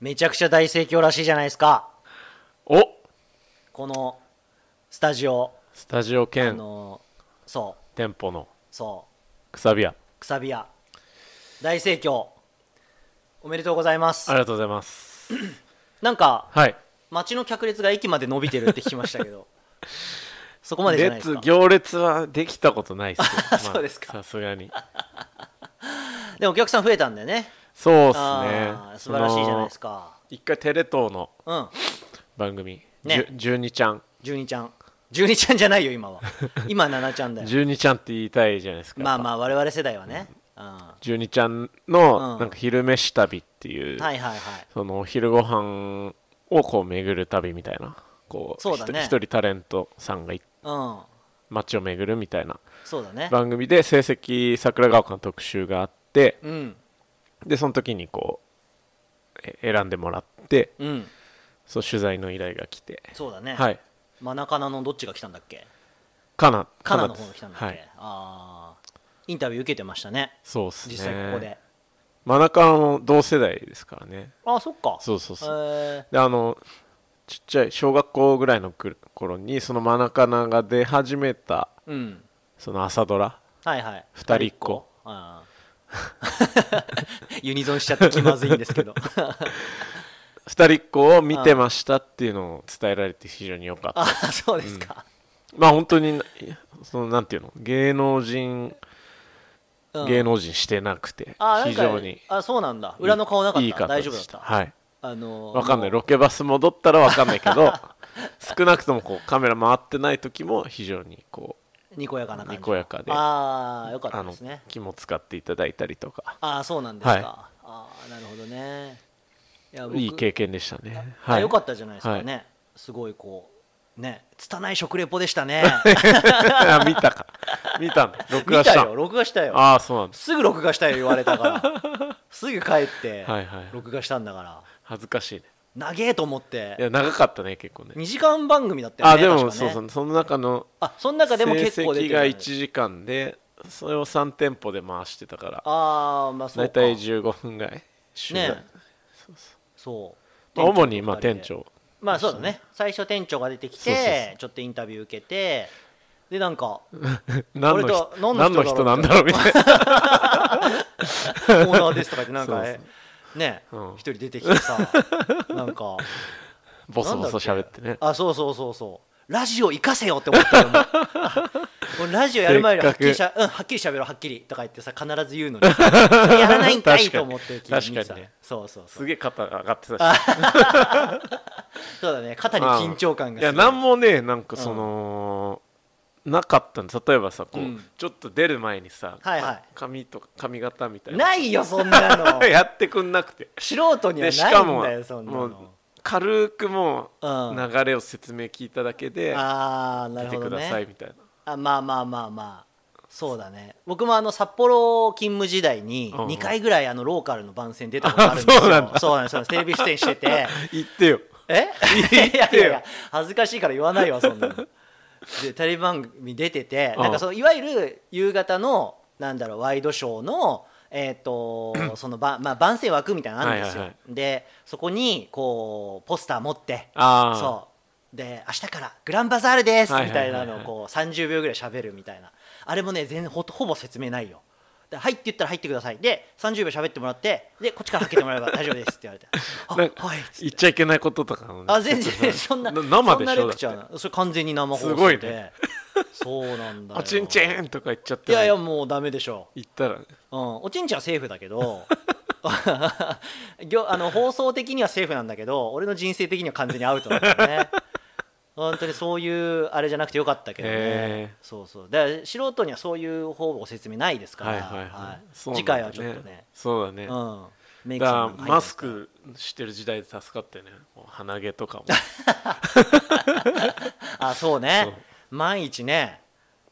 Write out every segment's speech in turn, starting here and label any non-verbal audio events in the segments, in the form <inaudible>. めちゃくちゃ大盛況らしいじゃないですかおこのスタジオスタジオあ兼のそう店舗のそくさび屋うくさび屋大盛況おめでとうございますありがとうございますなんかはい街の客列が駅まで伸びてるって聞きましたけ <laughs> どそこまでじゃないです列か行列はできたことないっすよ、ま <laughs> あそうですかさすがにでもお客さん増えたんだよねそうっすねあー素晴らしいじゃないですかか一回テレ東のうん番組、ねじゅ12ちゃん12ちゃん12ちゃんじゃないよ今は今7ちゃん <laughs> だよ12ちゃんって言いたいじゃないですかまあまああ我々世代はね、うんは12ちゃんうのんなんか昼飯旅っていう、いはいはいそのお昼ご飯をこう巡る旅みたいなこうそうだねひと一人タレントさんがいうん街を巡るみたいなそうだね番組で成績桜川丘の特集があってうんでその時にこうえ選んでもらってうんそう取材の依頼が来てそうだね、はいマナカナのどっちが来たんだっけかなカナのです方が来たんだっけ、はいああインタビュー受けてましたねそうっすね実際ここで、真中の同世代ですからねああそっかそうそうそうえであのちっちゃい小学校ぐらいのく頃にそのマナカナが出始めたーうんその朝ドラはいはい二人っ子あー <laughs> ユニゾンしちゃって気まずいんです <laughs> けど二人っ子を見てましたっていうのを伝えられて非常に良かったああそうですか、まあ本当にそのなんていうの芸能人、うん芸能人してなくてあーなん非か常にあそうなんだ裏の顔なかったいい方で大し丈夫だった、はいあのーわかんなもういロケバス戻ったらわかんない <laughs> けど少なくともこうカメラ回ってない時も非常にこうにこやかな感じにこやかでああよかったあでのすね気も使っていただいたりとかああそうなんですか、はいああなるほどねいや僕いい経験でしたねあはいよかったじゃないですかね、すごいこうね拙い食レポでしたねあ <laughs> 見たか見たんだ <laughs> 録見画したたよ録画したよああそうなんですすぐ録画したよ言われた <laughs> からすぐ帰ってはいはい録画したんだから恥ずかしいね長えと思っいてや長かったね結構ね2時間番組だったよあねでも確かねそうそうその中のあその中でも結構出て成績がる1時間でそれを3店舗で回してたからああまあそう大か体15分ぐらい取材ねそうまあ主にまあ店店長と二人で長まあそうだね最初店長が出てきてそうそうそちょっとインタビュー受けてでなんか何俺の人と何何のの人人だろうなんだろうみたい <laughs> なオーナーですとか言ってなんかそうねねうん一人出てきてさ <laughs> なんかボソボソ喋ってねあそうそうそうそうラジオ行かせよって思ったよ <laughs> もう俺ラジオやる前よりはせっっきかくりしゃ、うん、はっきり喋ろうはっきりとか言ってさ必ず言うのにそれやらないんかい確かにと思って確かにね見てたそうそうそすうげえ肩上がってたしそうだね肩に緊張感がいやすごい何もねなんかその、なかったの例えばさこう、うんちょっと出る前にさ、はいはい髪とか髪型みたいなないよそんな <laughs> のやってくんなくて素人にはでしかもないんだよそんなもうの軽くもううん流れを説明聞いただけでああなる出てほくどださいねみたいな、あまあまあまあまあそうだね僕もあの札幌勤務時代にうんうん2回ぐらいあのローカルの番宣出たことあるんですよあそうなんだそうなんですそうなんですテレビ出演してて言ってよえいやいやいや恥ずかしいから言わないわそんなのでテレビ番組出ててうんなんかそのいわゆる夕方のなんだろうワイドショーのえー、とそのば、まあ、番宣枠みたいなのあるんですよ、はいはでそこにこうポスター持ってああそうで明日からグランバザールですはいみはいはたいいなのをこう30秒ぐらい喋るみたいなあれもね全然ほほぼ説明ないよではいって言ったら入ってくださいで30秒喋ってもらってでこっちからはけてもらえば大丈夫ですって言わ <laughs> れてなんあかはいっつっ言ってちゃいけないこととかもねあ全ちょっと然ねそんな生でそんなしレょだクっチてャーなそれ完全に生放送ですごいねそうなんだよおちんちんとか言っちゃっいてやいやもうダメでしょ言ったらねうん、おちんちんはセーフだけど <laughs> ぎょあの放送的にはセーフなんだけど俺の人生的には完全にアウトなんだよね本当にそういうあれじゃなくてよかったけどねへそうそうだから素人にはそういう方法説明ないですから、はいはいはい、そうなん次だ回はちょっとねそうだね、うんメイださんにから入るマスクしてる時代で助かったよねもう鼻毛 <laughs> とかもあそうねそう毎日ね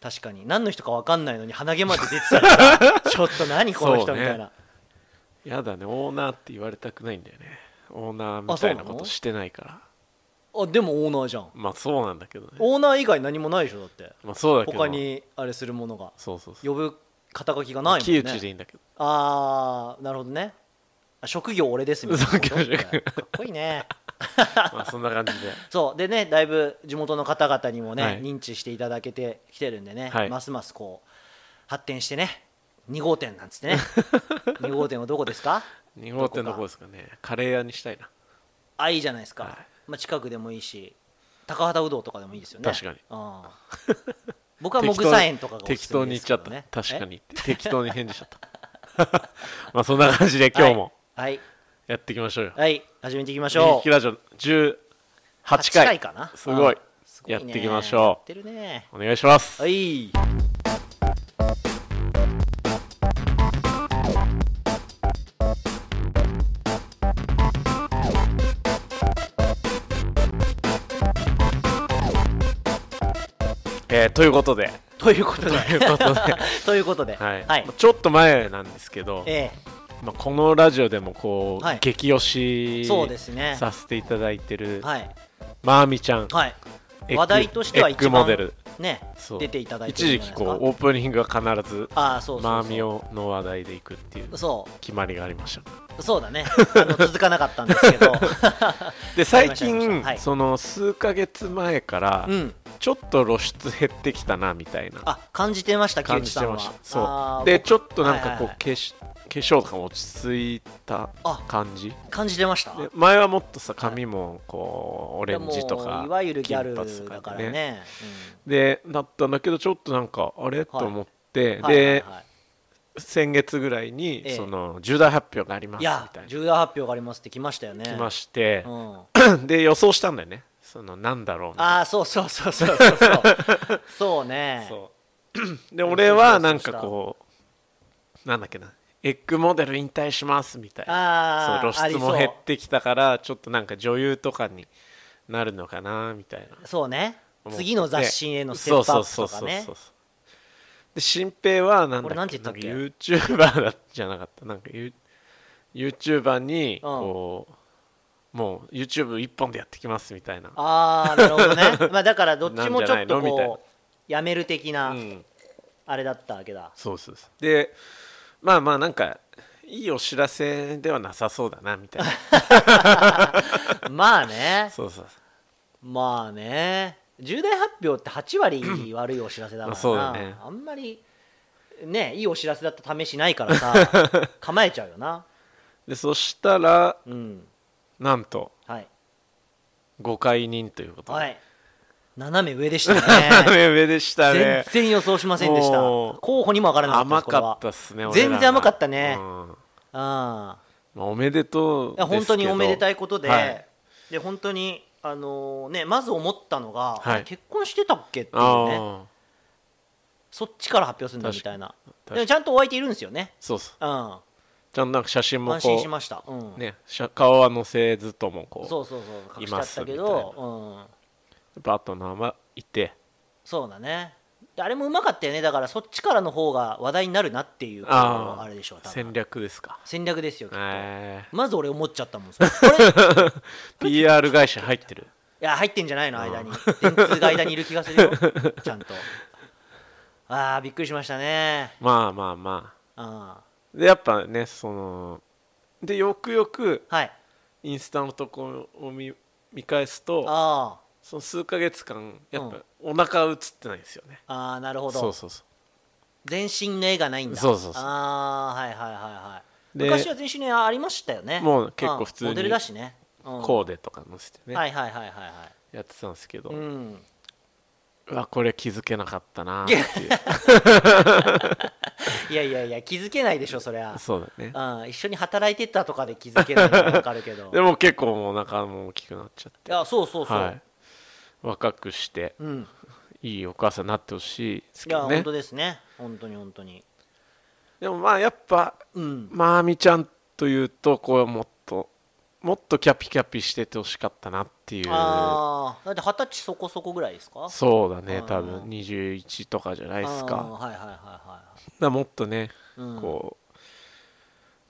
確かに何の人か分かんないのに鼻毛まで出てたから <laughs> ちょっと何この人そうみねたいな、やだねオーナーって言われたくないんだよねオーナーみたいなあそうなこのとしてないからあでもオーナーじゃんまあそうなんだけどねオーナー以外何もないでしょだってまあそうだけど他にあれするものがそうそうそう呼ぶ肩書きがないもん <laughs> 木ね内でいいんだけどああなるほどねあ職業俺ですみたいなことそう職業かっこいいねまあそんな感じでそうでねだいぶ地元の方々にもね、はい認知していただけてきてるんでね、はいますますこう発展してね2号店なんつっ <laughs> てね2号店はどこですか2号店の方ですかねカレー屋にしたいなあいいじゃないですか、はいまあ、近くでもいいし高畑うどんとかでもいいですよね確かにうん僕は木材園とかがおす適すめ当にで言っすちゃけっどた、ね確かに適当に返事しちゃった <laughs> まあそんな感じで今日もはいやっていきましょうよ、はい、はい始めていきまし右ょ利きうラジオ18回8回かなすごいうんすごねやっていきましょやってるねうお願いします、はいえーということでということでということで <laughs> ということではい、はいまあ、ちょっと前なんですけど、えまあ、このラジオでもこう、はい激推えしそうですねさせていただいてる、はいまーみちゃん、はいエッグ話題としてはエッ一グ番モデルねそう出ていただいて一るん時じゃ期ないですこかうオープニングは必ずああそうそうそうまーみをの話題でいくっていうそ決まりがありましたうそうだねあの続かなかったんですけ <laughs> どで最わかりましたわかりま近、したはいその数ヶ月前からうんちょっと露出減ってきたなみたいなあ感じてました木感内じさてんはましたあそーうでちょっとなんかこう、はいはいはい化し化粧とかも落ち着いたあ感じ感じてましたで前はもっとさ髪もこう、オレンジといやもかういわゆるギャルだ金髪とからでねでだったんだけどちょっとなんかあれ、と思って、うんで、はいはいは先月ぐらいに、ええその重大発表がありまい、いすみやたいな重大発表がありますって来ましたよね来ましてう、ん、あで予想したんだよねそのなんだろうみたいなあーそうそうそうそうそうそうそ <laughs> うねそ <laughs> うで俺はなんかこうなんだっけなエッグモデル引退しますみたいなあそうああ露り出そもう減ってきたからちょっとなんか女優とかになるのかなみたいなそうね思って次の雑誌へのステップアップとかねそうそうそうそうそうで新平はなんだっけ俺なんて言ったっけなんか YouTuber だじゃなかったなんかユ YouTuber にこう、もう YouTube 一本でやってきますみたいなああなるほど <laughs> ねまあだからどっちもちょっとなんじゃないのみこうやめる的うなんあれだったわけだ、 <laughs> そうそうそうでまあまあなんかいいお知らせではなさそうだなみた <laughs> いなまあねそうそうそうまあね重大発表って8割悪いお知らせだかまあらそうな、だねあんまりねいいお知らせだった試しないから <laughs> さ構えちゃうよなでそしたらうんなんとはい誤解人ということで、はい斜め上でしたね上上でした全 <laughs> ね然予想しませんでしたもう候補にも分からなかったで甘すこれかはったっすね全然俺らが甘かったねうんうんままあおめでとうですけあど本当におめでたいことで、はいで本当にあのねまず思ったのが、はい結婚してたっけっていうねあそっちから発表するんだみたいなあでもちゃんとお相手いるんですよねそうそううんちゃんとなんか写真も安こ心うしました、うん、ね、写顔は載せずともこうそうそうそう隠いしちゃまっすたけみたいど、うん、バットのままいてそうだねであれもうまかったよねだからそっちからの方が話題になるなっていうあああれでしょう多分戦略ですか戦略ですよきっとえーまず俺思っちゃったもんそれこれい PR 会社入ってるや入ってんじゃないの間に電通が間にいる気がする <laughs> よちゃんとああびっくりしましたねまあまあまうんあでやっぱねそのでよくよくはいインスタのとこを見見返すとあその数ヶ月間やっぱうお腹映ってないんですよね、あああなるほそうどそうそ全身の絵がないんだそうそうそうああはいはいはいはいで昔は全身の絵ありましたよねもう結構ん普通にモデルだしねう、うんコーデとか載せてね、はいはいはいはいはいやってたんですけど、うん、うわこれ気づけなかったなっていういやいやいや気づけないでしょそり <laughs> ゃ、そうだねうん、一緒に働いてたとかで気づけないのは分かるけどでも結構もうお腹も大きくなっちゃっいやそうそうて、そう、はい、若くしてうん、いいお母さんになってほしいですいけや、ど本ね当ですね本当に本当にでもまあやっぱうんまあみちゃんというとこうもっともっとキャピキャピしててほしかったなっていうああだって二十歳そこそこぐらいですかそうだねうん多分21とかじゃなういですんかはいはいはいはだもっとねい、うん、こ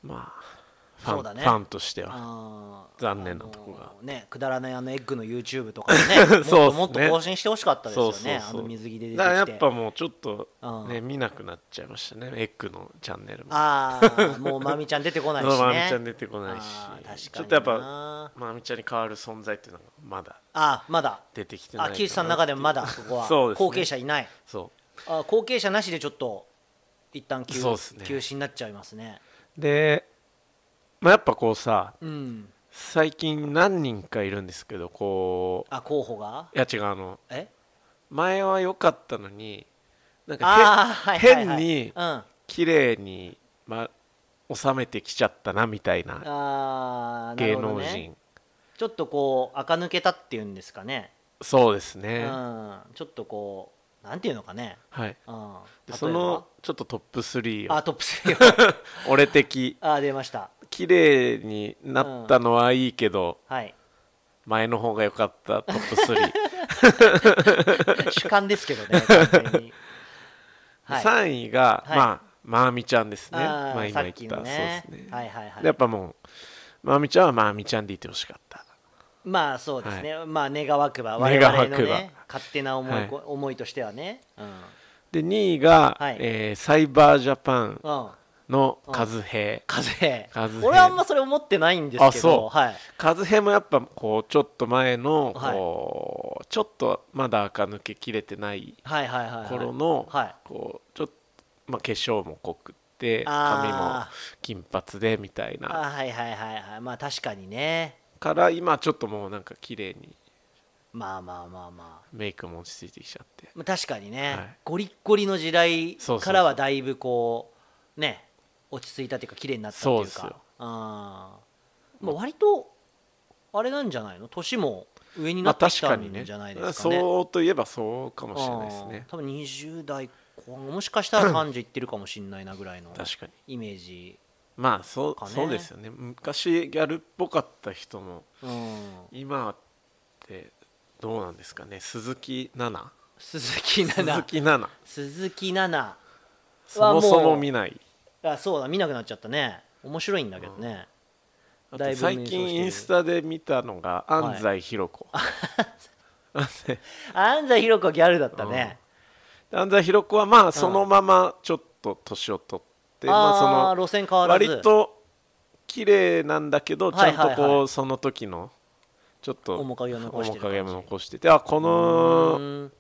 うまあファンそうだねファンとしてはあー残念なとこあがのーねくだらないあのエッグの YouTube とかもね <laughs> そうっすねもっともっと更新してほしかったですよねそうそうそうあの水着で出てきてだからやっぱもうちょっとうんね見なくなっちゃいましたねエッグのチャンネルもあーもうまみちゃん出てこないしねまみちゃん出てこないあー確かにしなちょっとやっぱまみちゃんに代わる存在っていうのがまだあまだ出てきてないあ木内さんの中でもまだそこはそうですね後継者いないそあ後継者なしでちょっと一旦休,、そうっすね休止になっちゃいますねうで、まあ、やっぱこうさうん最近何人かいるんですけどこあ候補がういや違うあのえ前は良かったのになんあかあーはいへはいはい変にうんあ綺麗にま収めてきちゃったなみたいなあーな芸るほど能ね人ちょっとこう垢抜けたっていうんですかねそうですうねんちょっとこうなんていうのかねはいうん例えでばそのちょっとトップ3あをトップ3 <laughs> <laughs> 俺的あ出ました綺麗になったのはいいけど <laughs> はい前の方が良かったトップ3主観ですけどね完全に <laughs> はい3位がはいまあまーみちゃんですねあーまあさ今言っきったのそうですねはいはいはいでやっぱもうまあみちゃんはまあみちゃんでいてほしかったまあそうですね、まあ願わくば我願わくば々のね勝手な思い,、はい思いとしてはねうん、で2位が、はいえーサイバージャパンうん、のうん和平風和平俺はあんまそれ思ってないんですけどあそうはい和平もやっぱこうちょっと前のはいこう、ちょっとまだ垢抜けきれてないはいはいはいはい頃の、はいこうちょっと、まあ、化粧も濃くって髪もあ金髪でみたいーあなはいはいはいはいまあ確かにねから今ちょっともうなんか綺麗にまあまあまあまあメイクも落ち着いてきちゃってまあ確かにね、はいゴリッゴリの時代そうそうそうからはだいぶこうね落ち着いたというか綺麗になったっていうかそうですよあーまあ割とあれなんじゃないの年も上になまあって確きかたにねんじゃないですかね,、そうといえばそうかもしれないですうんね多分20代後半もしかしたら30いってるかもしれないなぐらいの確かにイメージ、まあそう,、かねそうですよね昔ギャルっぽかった人もうん、今ってどうなんですかね鈴木奈鈴木々鈴奈木奈々々鈴木奈々そもそはもうも見ないあそうだ見なくなっちゃったね面白いんだけどね、あだいとぶ最近インスタで見たのが安西弘子、安西安西弘子はギャルだったね、 <laughs> 安西弘子はまあそのままちょっと年を取って、まあそああの路線変わらず割と綺麗なんだけどちゃんとこう、はいはいはその時のちょっと面影を残してる感じ面影も残しててあこうのーん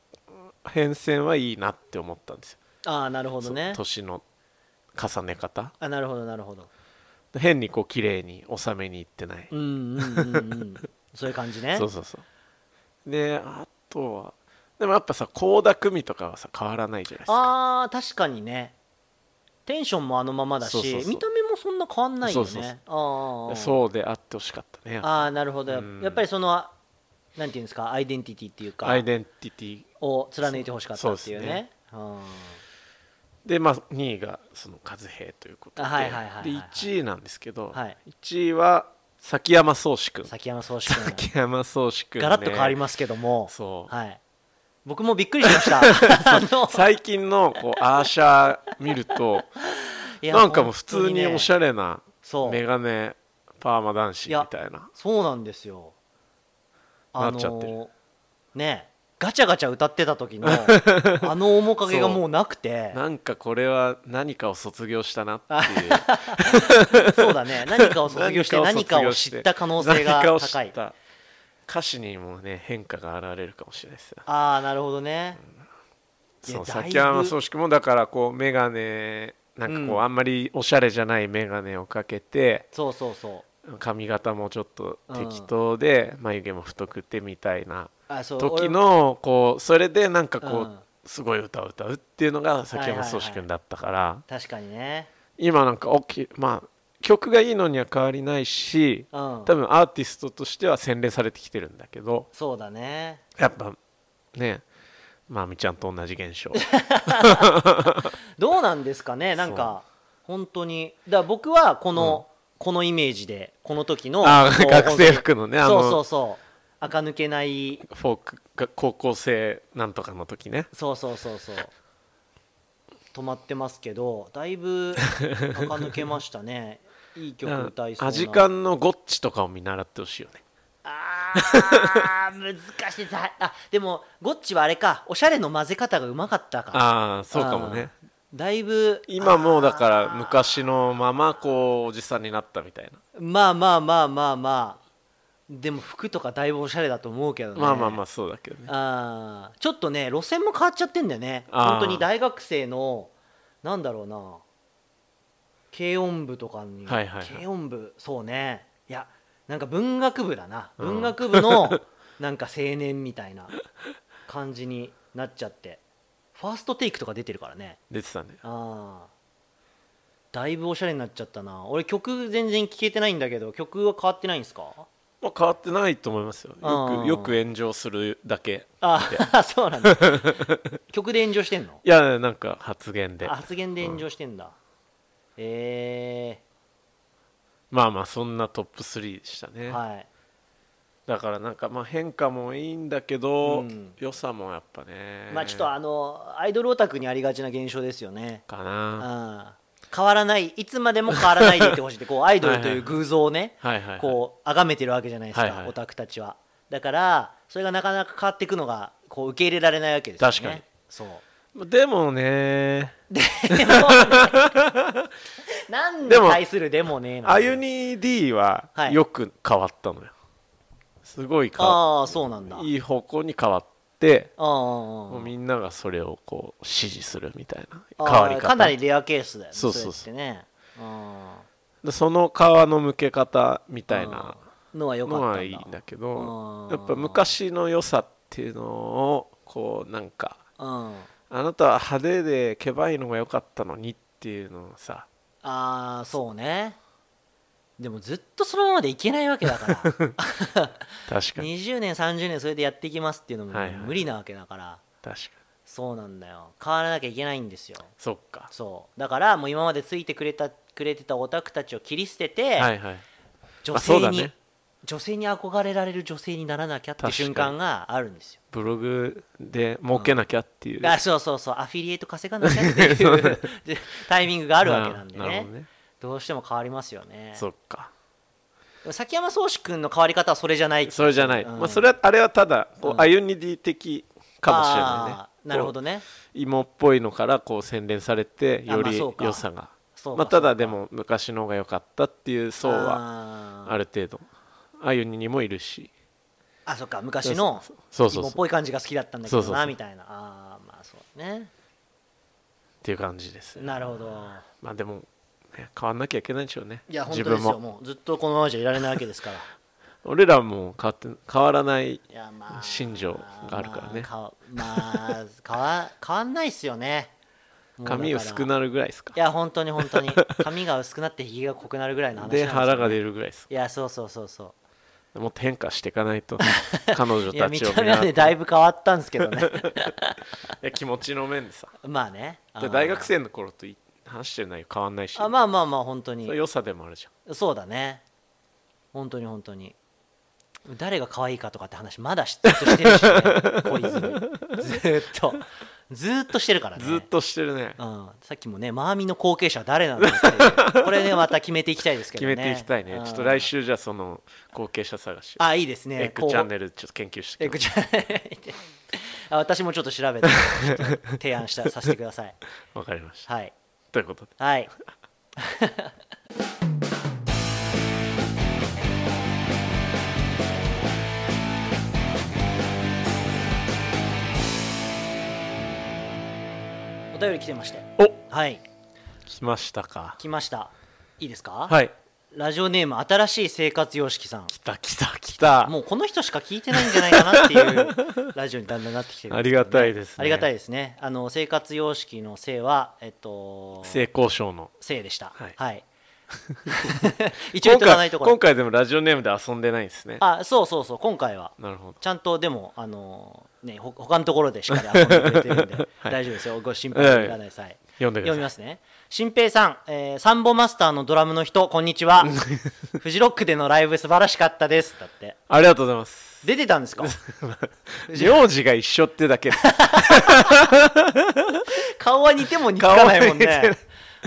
変遷はいいなって思ったんですよああなるほどねそ年の重ね方あなるほどなるほど変にこう綺麗に収めにいってない、うんうんうんうん <laughs> そういう感じねそうそうそうであとはでもやっぱさ倖田來未とかはさ変わらないじゃないですかああ確かにねテンションもあのままだしそうそうそう見た目もそんな変わんないよねそうそうああそうであってほしかったねああなるほどやうんやっぱりそのあなんていうんですかアイデンティティっていうかアイデンティティを貫いてほしかったっていうそうねうんでまあ2位がその和平ということで,、あはいはいはいはいはいで1位なんですけど、はい1位は崎山宗志君崎山総志君崎山宗志君、ね、ガラッと変わりますけどもそうはい僕もびっくりしま <laughs> したあの最近のこうアーシャー見るといやなんかもう普通におしゃゃれなそうメガネパーマ男子みたいなそうなんですよあなっちゃってのねガチャガチャ歌ってた <laughs> 時のあの面影がもうなくてなんかこれは何かを卒業したなっていうそうだね <laughs> 何かを卒業して何かを知った可能性が何かを知高っいた歌詞にもね変化が現れるかもしれないですよああなるほどねいやそうだいぶ崎山宗志君もだからこう眼鏡なんかこう、うんあんまりおしゃれじゃない眼鏡をかけてそうそうそう髪型もちょっと適当で、眉毛も太くてみたいなあそう時のこうそれでなんかこう、うんすごい歌を歌うっていうのが崎はい山はいはい宗志君だったから、俺確かにね今なんかおきまあ曲がいいのには変わりないしうん多分アーティストとしては洗練されてきてるんだけどそうだねやっぱねまあみちゃんと同じ現 <laughs> 象どうなんですかねなんか本当にだから僕はこの、このイメージでこの時のあーこう学生服のねあそのうそうそう垢抜けないフォークが高校生なんとかの時ねそうそうそうそう <laughs> 止まってますけどだいぶ垢抜けましたねいい曲歌いそうなアジカンのゴッチとかを見習ってほしいよねあー難しいざあでもゴッチはあれかおしゃれの混ぜ方がうまかったかああそうかもねだいぶ今もうだかあらー昔のままこうおじさんになったみたいなまあまあまあまあまあでも服とかだいぶおしゃれだと思うけどねまあまあまあそうだけどねあーちょっとね路線も変わっちゃってんだよねあー本当に大学生のなんだろうな軽音部とかに、はいはいはい軽音部そうねいやなんか文学部だな文学部の <laughs> なんか青年みたいな感じになっちゃってファーストテイクとか出てるからね出てたねあーだいぶおしゃれになっちゃったな俺曲全然聴けてないんだけど曲は変わってないんですかまあ変わってないと思いますよよあーくよく炎上するだけああ <laughs> そうなん <laughs> だ曲で炎上してんのいやなんか発言であ発言で炎上してんだ、えまあまあそんなトップ3でしたね、ー、はいだからなんかまあ変化もいいんだけど、うん良さもやっぱねまあちょっとあのアイドルオタクにありがちな現象ですよね、かうんな、変わらないいつまでも変わらないでいてほしいってこうアイドルという偶像をねはいはいはいこう崇めてるわけじゃないですか、はいはいオタクたちはだからそれがなかなか変わっていくのがこう受け入れられないわけですよね確かにそうでもね何にでも対するでもねえなのあゆに D ははいよく変わったのよ、すごい変わああそうなんだいい方向に変わってあーもうみんながそれをこう支持するみたいなあ変ーわり方かなりレアケースだよねそうそうそれうってねあでその皮の向け方みたいなーのは良かったのんだはいいんだけどあーやっぱ昔の良さっていうのをこうなんかうん、あなたは派手でけばいのが良かったのにっていうのをさああそうねでもずっとそのままでいけないわけだ <laughs> から確かに20年30年それでやっていきますっていうのもはいはい無理なわけだから、確かにそうなんだよ変わらなきゃいけないんですよそっかそうだからもう今までついてくれたくれてたオタクたちを切り捨てて、はいはい女性に、まあそうだね女性に憧れられる女性にならなきゃっていう確かに瞬間があるんですよブログで儲けなきゃっていう、あそうそうそうアフィリエイト稼がなきゃっていう <laughs> タイミングがあるわけ <laughs> なんであーなるねほどねどうしても変わりますよねそっか崎山宗志君の変わり方はそれじゃないそれじゃない、うんまあ、それはあれはただこう、うんアユニディ的かもしれないねあーなるほどこねう芋っぽいのからこう洗練されてあまあよりそうか良さがそうかまあ、ただでも昔の方が良かったっていう層はあーある程度あゆにもいるしあそっか昔のそうそうそう芋っぽい感じが好きだったんだけどそうそうそなうみたいなあーまあそうねっていう感じですなるほどまあでも、ね、変わんなきゃいけないんでしょうねいや本自当で分すよももうずっとこのままじゃいられないわけです <laughs> から俺らも変わって変わらないいやまあ信条があるからねまあかまあ変わ <laughs> 変わんないっすよねもうだから髪薄くなるぐらいですかいや本当に本当に髪が薄くなってひげが濃くなるぐらいの話なんですでよね腹が出るぐらいですいやそうそうそうそもっと変化していかない <laughs> と彼女ういやた見ちをた見目は習っねてだいぶ変わったんですけどね <laughs> いや気持ちの面でさまあねあー大学生の頃とい話してる内容変わんないしあまあまあまあ本当にそれ良さでもあるじゃんそうだね本当に本当に誰が可愛いかとかって話まだずっとしてるし、ね、小泉ずーっとずーっとしてるからねずっとしてるねうん、さっきもねマーミーの後継者は誰なんだっていうこれねまた決めていきたいですけ決どねめていきたいねうんちょっと来週じゃあその後継者探しあいいですねエッグチャンルネルちょっと研究してエきッグますチャンネルあ私もちょっと調べてちょっと提案したさせてくださいわかりましたはいということではい <laughs> お便り来てましておはい来ましたか来ましたいいですかはいラジオネーム新しい生活様式さん来た来た来たもうこの人しか聞いてないんじゃないかなって <laughs> いうラジオにだんだんなってきてるんですけどありがたいですねありがたいですねあの生活様式の性はえっと性交渉のせい <laughs> でした。ははいい。一応言っ今とかない回ところ今。回でもラジオネームで遊んでないんですねあ、そうそうそう、今回は。なるほどちゃんとでも、あのーね、ほ他のところでしっかり遊んでくれてるんで、 <laughs> はい大丈夫ですよ。ご心配してください。読んでく読ださみいますね。新平さん、えーサンボマスターのドラムの人、こんにち <laughs> は。フジロックでのライブ素晴らしかったです。だって。ありがとうござ <laughs> います出てたん <laughs> ですか名字が一緒ってだけで顔は似ても似つかないもん顔はね似。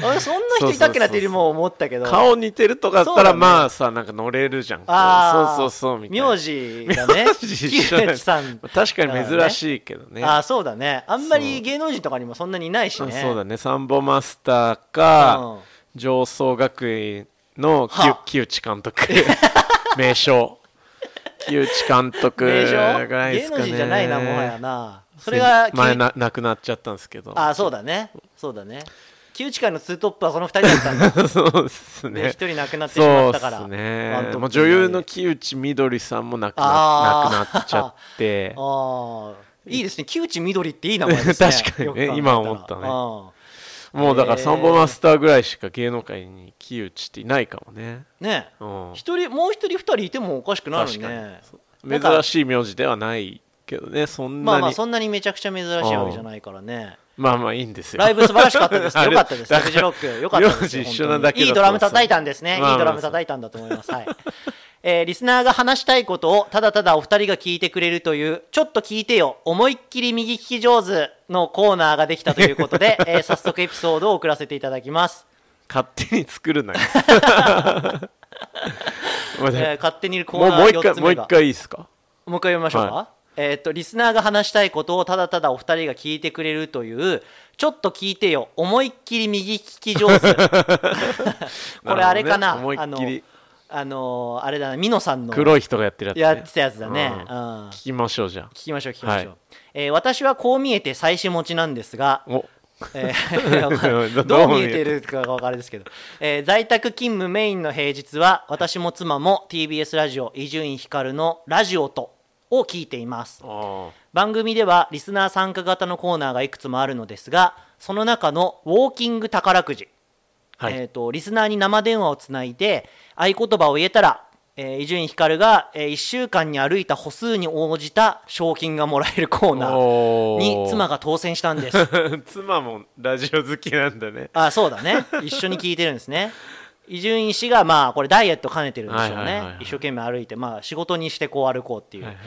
あれそんな人いたっけなっても思ったけど <laughs> 顔似てるとかだったそうだらねまあさなんか乗れるじゃんああそうそうそうみたいな名字がね <laughs> 名字木一緒だよ内さん確かに珍しいけどねああそうだねあんまり芸能人とかにもそんなにいないしねあそうだねサンボマスターか、うん上層学院の木は木内 <laughs> 監督名称木内監督ぐ名称らいで芸すか能ね人じゃないなもはやなそれが前きな亡くなっちゃったんですけどああそうだねそうだね木内会のツートップはその二人だったんだそうですで <laughs> ね一人亡くなってしまそうったでからすワントッねプもう女優の木内みどりさんも亡くなあー亡くなっちゃ <laughs> ってああいいですね木内みどりっていい名前ですね <laughs> 確かよにねく考えら今思ったねうんもうだからへーサンボマスターぐらいしか芸能界に木内っていないかもね、ねうん、一人もう一人二人いてもおかしくないのに確かねなんか珍しい名字ではないけどねそんなにまあまあそんなにめちゃくちゃ珍しいわけじゃないからねまあまあいいんですよライブ素晴らしかったです <laughs> あよれかったですだねからフジロックよかったですよ本名字一当緒になだけだといいドラム叩いたんですねまあまあいいドラム叩いたんだと思いますはいえーリスナーが話したいことをただただお二人が聞いてくれるというちょっと聞いてよ思いっきり右利き上手のコーナーができたということ <laughs> で、えー早速エピソードを送らせていただきます、勝手に作る <laughs> なよまあえねー勝手にいるコもーうナもうー一4回つもう目一が回いいですかもう一回読みましょうか、はえーっとリスナーが話したいことをただただお二人が聞いてくれるというちょっと聞いてよ思いっきり右利き上手 <laughs> これあれかなるほどねあの思いっきりあのーあれだなミノさんの黒い人がやってるややつ、ね、ってたやつだね、ううんん聞きましょうじゃ聞きましょう聞きましょう、はえー私はこう見えて妻子持ちなんです <laughs> があ、おえー <laughs> わかんないどどうう見見ええててるかがあれですけど、えー在宅勤務メインの平日は私も妻も TBS ラジオ伊集院光の「ラジオと」を聞いていますあ番組ではリスナー参加型のコーナーがいくつもあるのですがその中の「ウォーキング宝くじ」ーはい、えー、とリスナーに生電話をつないで合言葉を言えたらえー伊集院光が、え1週間に歩いた歩数に応じた賞金がもらえるコーナーおーに妻が当選したんです <laughs> 妻もラジオ好きなんだねあそうだ <laughs> ね一緒に聞いてるんですね伊集院氏がまあこれダイエット兼ねてるんでしょうね、はいはいはいはい一生懸命歩いて、まあ、仕事にしてこう歩こうっていう、はいはい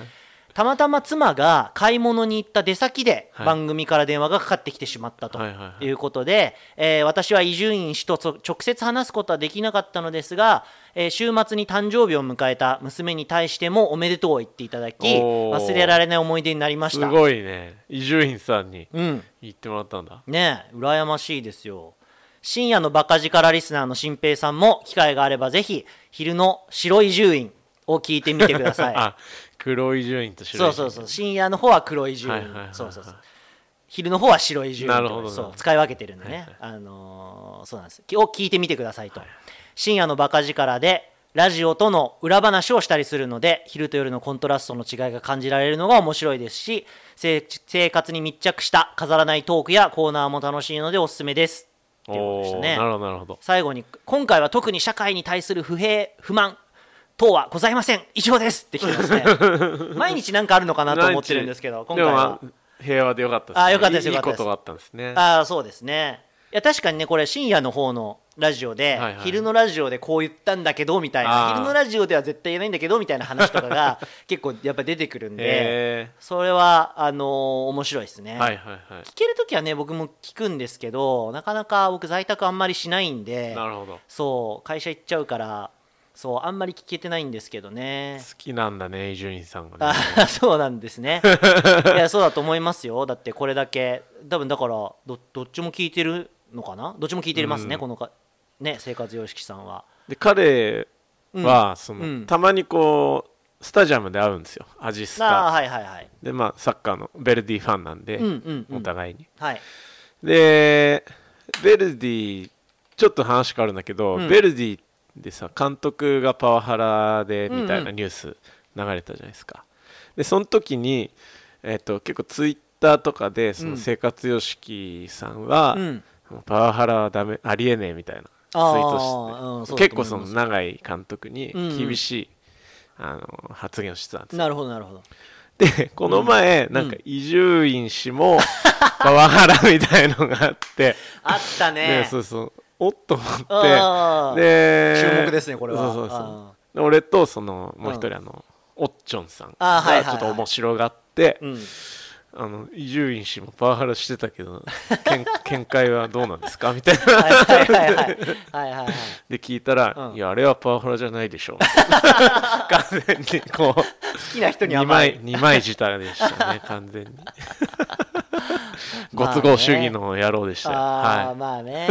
たまたま妻が買い物に行った出先ではい番組から電話がかかってきてしまったとはいはいはいいうことで、えー私は伊集院氏とそ直接話すことはできなかったのですが、えー週末に誕生日を迎えた娘に対してもおめでとうを言っていただきおー忘れられない思い出になりましすたごいね伊集院さんにうん言ってもらったんだねえ羨ましいですよ深夜のバカ力リスナーの新平さんも機会があればぜひ昼の白伊集院を聞いてみてください <laughs> あ黒伊集院と白そういそうそう深夜の方は黒い獣、はいはいはいはいそうそうそう昼の方は白い獣なるほどなるほそどう使い分けてるんでね、あのーそうなんですきを聞いてみてくださいと、深夜のバカ力でラジオとの裏話をしたりするので昼と夜のコントラストの違いが感じられるのが面白いですし生生活に密着した飾らないトークやコーナーも楽しいのでおすすめですっていうことでしたおねーなるほどなるほど最後に今回は特に社会に対する不平不満等はございません以上ですって来てますね <laughs> 毎日なんかあるのかなと思ってるんですけど今回はでもまあ平和でよかったです、あよかったですいいよかったでこすとがあったんですねああそうですねいや確かにねこれ深夜の方のラジオで、はいはい昼のラジオでこう言ったんだけどみたいなあー昼のラジオでは絶対言えないんだけどみたいな話とか <laughs> が結構やっぱ出てくるんでへそれはあのー面白いですね、えはいはいは聞けるときはね僕も聞くんですけどなかなか僕在宅あんまりしないんでいなるほど好そう会社行っちゃうからそうあんまり聞けてないんですけどねきなんだね伊集院さんがあ <laughs> ねーそうなんです <laughs> ねいやそうだと思いますよだってこれだけ多分だからどどっちも聞いてるのかなどっちも聞いてますね、うんこのかね生活様式さんはで彼はその、うんたまにこうスタジアムで会うんですよアジスああタはいはいはいでまあサッカーのベルディファンなんで、うんうんうんお互いにはいでベルディちょっと話変わるんだけど、うんベルディでさ監督がパワハラでみたいうんうなんニュース流れたじゃないですか、でその時に、えっと結構ツイッターとかでそうんの生活様式さんは、うんパワハラはダメありえねえみたいなツイあーートして、うんそうだと思います結構その永井監督にうんうん厳しい、あの発言をしてたんですよなるほどなるほどでこの前、なんか伊集院氏 <laughs> もパワハラみたいのがあって、あったねね、そうそうおっと思あっーてで注目ですねこれはそうそうそうあで俺とそのもう一人あのおっちょんさんあーはいがはいちはょいっと面白がってうんあの伊集院氏もパワハラしてたけど見 <laughs> 見解はどうなんですかみたいなはいはいはいはいはい <laughs> はいはいで聞いたら、うんいやあれはパワハラじゃない <laughs> でしょう完全にこう好きな人に二甘い枚二枚舌でしたね <laughs> 完全にご都合主義の野郎でしたよ、ああ、はいまあね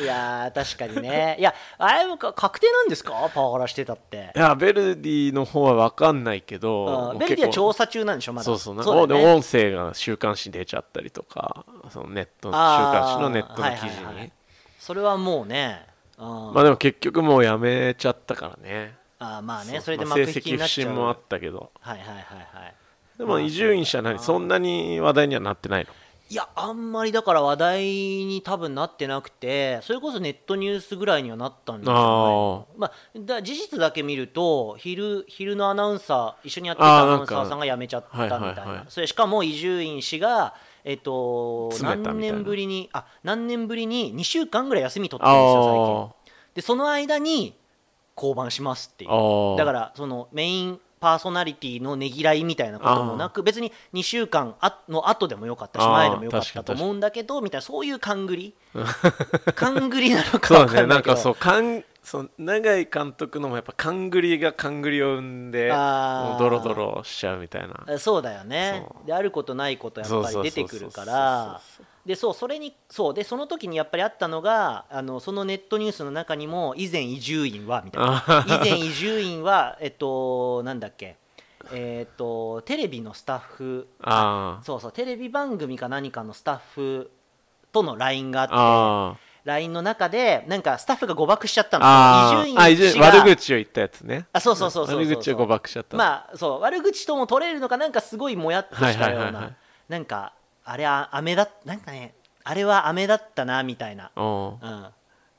いやー確かにねいやあれもか確定なんですかパワハラしてたっていやベルディの方は分かんないけどうんもうベルディは結構調査中なんでしょまだそうそうなだよねで音声が週刊誌に出ちゃったりとかそのネット週刊誌のネットの記事に、あーはいはいはいそれはもうね、うんまあでも結局もうやめちゃったからねあーまあねうそれでまあ幕成引きに績なっ不ちゃう、振もあったけどはいはいはいはいでも伊集院氏は何そんなに話題にはなってないのいやあんまりだから話題に多分なってなくてそれこそネットニュースぐらいにはなったんじゃないあまあ、だ事実だけ見ると昼昼のアナウンサー一緒にやってたアナウンサーさんが辞めちゃったみたいなあーなんかはいはいはいそれしかも伊集院氏が、えっと、詰めた何みたいな年ぶりにあ何年ぶりに2週間ぐらい休み取ってあるんですあよ最近でその間に降板しますっていうああだからそのメインパーソナリティのねぎらいみたいなこともなく別に2週間あの後でもよかったしあー前でもよかった確とかに思うんだけどみたいなそういう勘ぐり勘ぐりなのか <laughs> そう分だかねんななんいけどかそうかんそう永井監督のもやっぱ勘ぐりが勘ぐりを生んであーもうドロドロしちゃうみたいなえそうだよねそであることないことやっぱり出てくるからでそうそれにそうでその時にやっぱりあったのがあのそのネットニュースの中にも以前伊集院はみたいなあ以前伊集院はえっとなんだっけえっとテレビのスタッフあーそうそうテレビ番組か何かのスタッフとの LINE があってあ LINE の中でなんかスタッフが誤爆しちゃったーあのー伊あ集院伊集氏院が悪口を言ったやつねあそうそうそうそうそうそう悪口を誤爆しちゃったまあそう悪口とも取れるのかなんかすごいもやっとしたようはいはいはいはないなんかあれは飴だなんかねあれは飴だったなみたいな、おうん、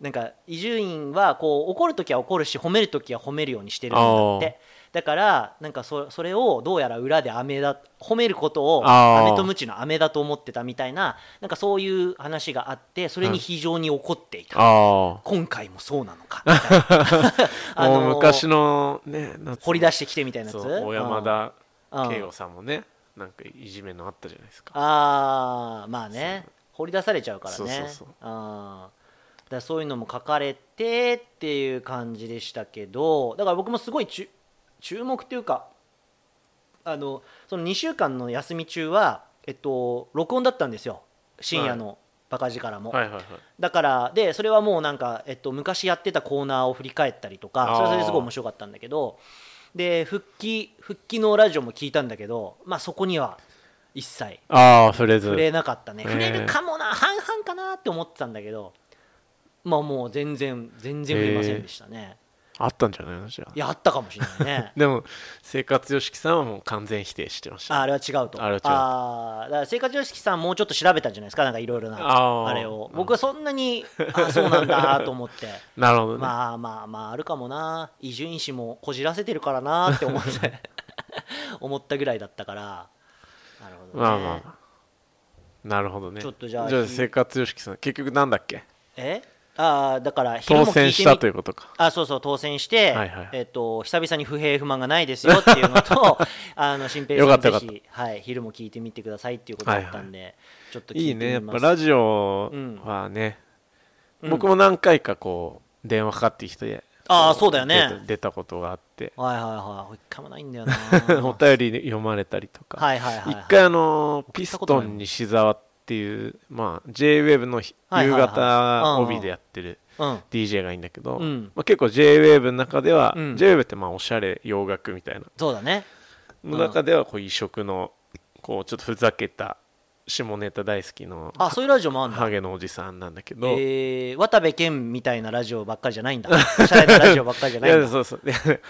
なんか伊集院はこう怒る時は怒るし褒める時は褒めるようにしてるんだっあーてだからなんかそそれをどうやら裏で飴だ褒めることをあー飴とムチの飴だと思ってたみたいななんかそういう話があってそれに非常に怒っていた、あ今回もそうなのかみたい <laughs> な、ああもうの昔のね掘り出してきてみたいなやつそう小山うん田うん圭吾さんもねなんかいじめのあったじゃないですかああまあね掘り出されちゃうからねそうそうそうあーだからそういうのも書かれてっていう感じでしたけどだから僕もすごい注注目というかあのその2週間の休み中は、えっと、録音だったんですよ深夜のバカ力も、はいはいはいだからでそれはもうなんか、えっと、昔やってたコーナーを振り返ったりとかあーそれはそれですごい面白かったんだけどで復帰復帰のラジオも聞いたんだけど、まあ、そこには一切ああ触れず触れなかったね、えー触れるかもな半々かなって思ってたんだけどまあもう全然全然触れませんでしたね、あったんじゃないのじゃあいやあったかもしれない <laughs> ねでも生活様式さんはもう完全否定してましたあねあれは違うとあれは違うあーだから生活様式さんもうちょっと調べたんじゃないですかなんかいろいろなあーあれを僕はそんなにあそうなんだと思って <laughs> なるほどね、まあまあまああるかもな伊集院氏もこじらせてるからなって思って <laughs> 思ったぐらいだったからなるほど、ね、まあまあなるほどねちょっとじゃあ生活様式さん結局なんだっけえああだから昼も当聞選いてしみたということかあそうそう当選して、はいはいえっと久々に不平不満がないですよっていうの <laughs> とあの新平よかさんったぜよかったひ、はい、昼も聞いてみてくださいっていうことだったんで、ちょっと聞いいていみますねやっぱラジオはね、僕も何回かこう電話かかってきてああそうだよね出た出たことがあってはいはいはい一回もないん <laughs> だよなお便り読まれたりとか、はいはいはいはい一回あのピたスことないトン西沢っていう、まあ、JWAVE のひはい夕はいはい方うんうん帯でやってるうん DJ がいいんだけど、うんまあ、結構 JWAVE の中では、うん JWAVE ってまあおしゃれ洋楽みたいなそうだねの中ではこう異色のこうちょっとふざけた下ネタ大好きのあそういうラジオもあるんだハゲのおじさんなんだけど、えー、渡部健みたいなラジオばっかりじゃないんだ。おしゃれなラジオばっかりじゃないんいやだ。そうそう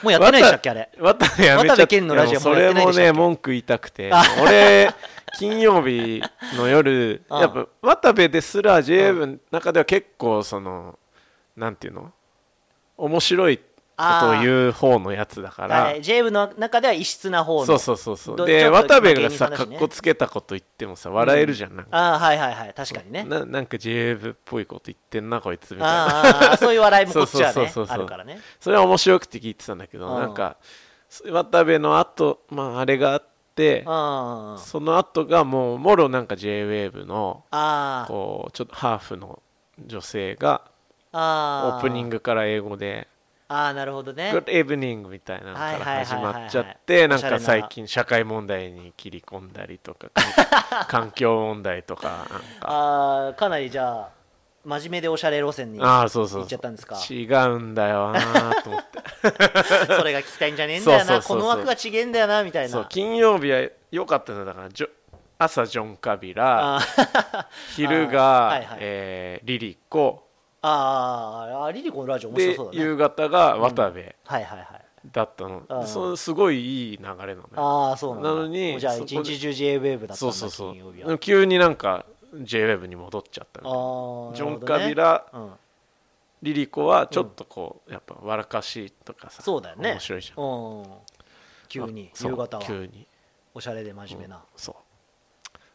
もうやってないでしたっけあれ渡部やめちゃっ渡部健のラジオもうやってないでしたっけそれもね文句言いたくて俺金曜日 <laughs> の夜うんやっぱ渡部ですら JA 部の中では結構そのなんていうの面白いことを言う方のやつだからあれ JM の中では異質な方の。そうそうそうそどうでちょっと渡部が芸人ささんだかしっねこつけたこと言ってもさ笑えるじゃんなんかあーはいはいはい、確かにね。ななんか JA 部っぽいこと言ってんなこいつみたいなあーあーそういう笑いもこっちは <laughs> そうねそうそうそうあるからねそれは面白くて聞いてたんだけど、うんなんかそ渡部のあと、まあ、あれがあっってあーその後がもうもろなんか JWAVE のあーこうちょっとハーフの女性がオあープニンググから英語でああなるほど「ね Good evening」みたいなのかはいらはいはい始はいはいまっちゃってなおんしゃれなか最近社会問題に切り込んだり <laughs> とかかん環境問題とかなんかあーかなりじゃあ真面目でおしゃれ路線にああそうそ行っうちゃそったんですかう違うんだよなーと思ってそれが聞きたいんじゃねえんだよ <laughs> そなうそうそうそうこの枠が違えんだよなみた <laughs> いそうな金曜日は良かったのだからジョ朝ジョン・カビラあー昼が、あーはいはいえーリリコあーあーリリコのラジオ面白で、そうだね夕方が渡部はいはいはいだったの、あーそうすごいいい流れなのよああそうなんだなのにじゃあそ1こ日で中 JWAVE だったそんうだそうそ金曜日うはでも急になんか JWEB に戻っちゃったみたいなああジョン・カビラ、うん、リリコはちょっとこう、やっぱ笑かしいとかさそうだよね面白いじゃんうん急にあそう夕方は急におしゃれで真面目な、そう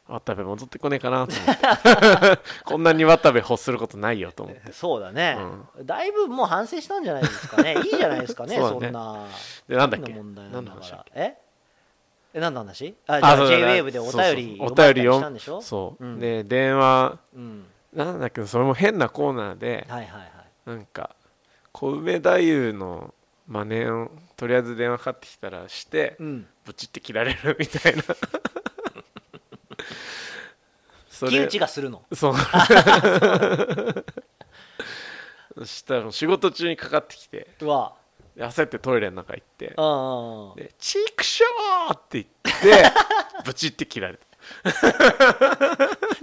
渡部戻ってこねえかなと思って <laughs> こんなに渡部欲することないよと思ってそうだね、だいぶもう反省したんじゃないですか <laughs> ねいいじゃないですかねそそうだねんなでなんだっけそ問題なんだ何のか話だっらけええ何の話あじゃああそうだね JWAVE でお便りそうそう読まれたりおしたんでしょそう、んで電話うん、なんだっけどそれも変なコーナーではいはいはいなんか小梅太夫の真似をとりあえず電話かかってきたらして、うんブチって切られるみたい <laughs> なそ木内がするの <laughs> そうそしたら仕事中にかかってきてうわで焦ってトイレの中行ってうんうんうんで「チクショー!」って言 <laughs> ってブチって切られた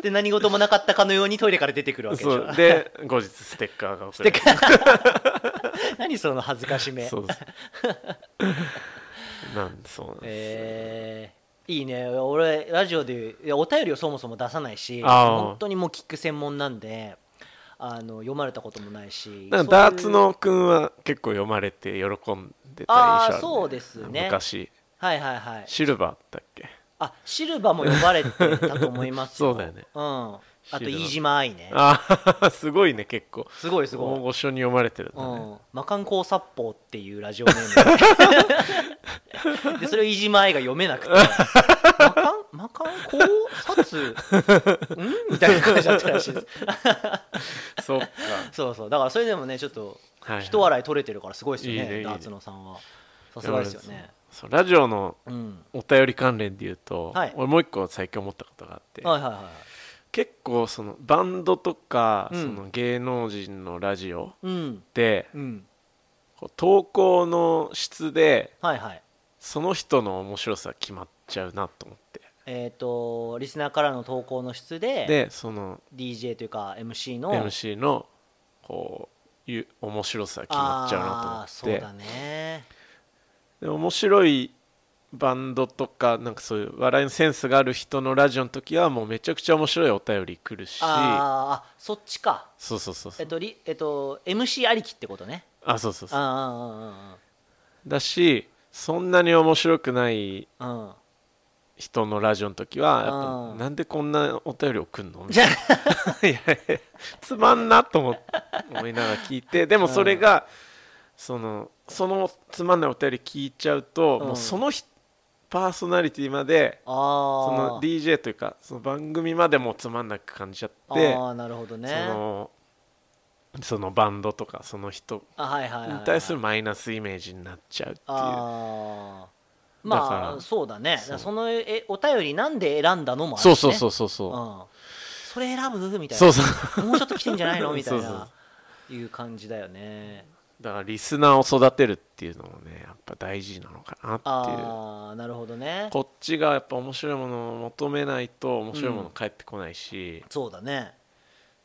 で何事もなかったかのようにトイレから出てくるわけでしそょうで後日ステッカーが送られて <laughs> 何その恥ずかしめそう <laughs> そうなんそうなんです、えーいいね俺ラジオでいやお便りをそもそも出さないしあー本当にもう聞く専門なんであの読まれたこともないしなんかダーツの君は結構読まれて喜んでた印象ある、あーそうですね昔そういうはいはいはいシルバーだっけあシルバーも呼ばれてたと思いますよ <laughs> そうだよねうんあとシルバー飯島愛ねああ <laughs> すごいね結構すごいすご大い御所に読まれてるんうだね、ん、魔漢光殺法っていうラジオネー <laughs> ムでそれを飯島愛が読めなくて魔漢魔漢光殺んみたいな感じだったらしいですそっか <laughs> そうそうだからそれでもねちょっとはいはい人笑い取れてるからすごいですよね、いいねいいねダーツのさんはさすがですよねそうラジオのうんお便り関連で言うと、はい俺もう一個最近思ったことがあって、はいはいはい結構そのバンドとか、うんその芸能人のラジオうんでうんこう投稿の質ではいはいその人の面白さ決まっちゃうなと思ってえっ、とリスナーからの投稿の質ででその DJ というか MC の MC のこういう面白さ決まっちゃうあーなとそ思うってだねで面白いバンドとかなんかそういう笑いのセンスがある人のラジオの時はもうめちゃくちゃ面白いお便り来るしあーあそっちかそうそうそうそえっうとリ、えっと、MC ありきってことねあそうそうあそうあだしそんなに面白くないああうん人のラジオの時はやうんっぱなんでこんなお便り <laughs> 送るのみじたいゃないやいやつまんなと思っ思いながら聞いてでもそれがそのそのつまんないお便り聞いちゃうとうんもうその人パーソナリティまでああ <laughs> そのあ DJ というかその番組までもつまんなく感じちゃってーなるほどねそのそのバンドとかその人あはいはいはいはい、に対するマイナスイメージになっちゃうっていうああだかまあらそうだねだそうからそのえお便りなんで選んだのもあるし、そね、うそうそうそうそううん、それ選ぶみたいなそうそうもうちょっと来てんじゃないのみたいなそうそういう感じだよねだからリスナーを育てるっていうのもねやっぱ大事なのかなっていうああなるほどねこっちがやっぱ面白いものを求めないと面白いもの返ってこないし、そうだね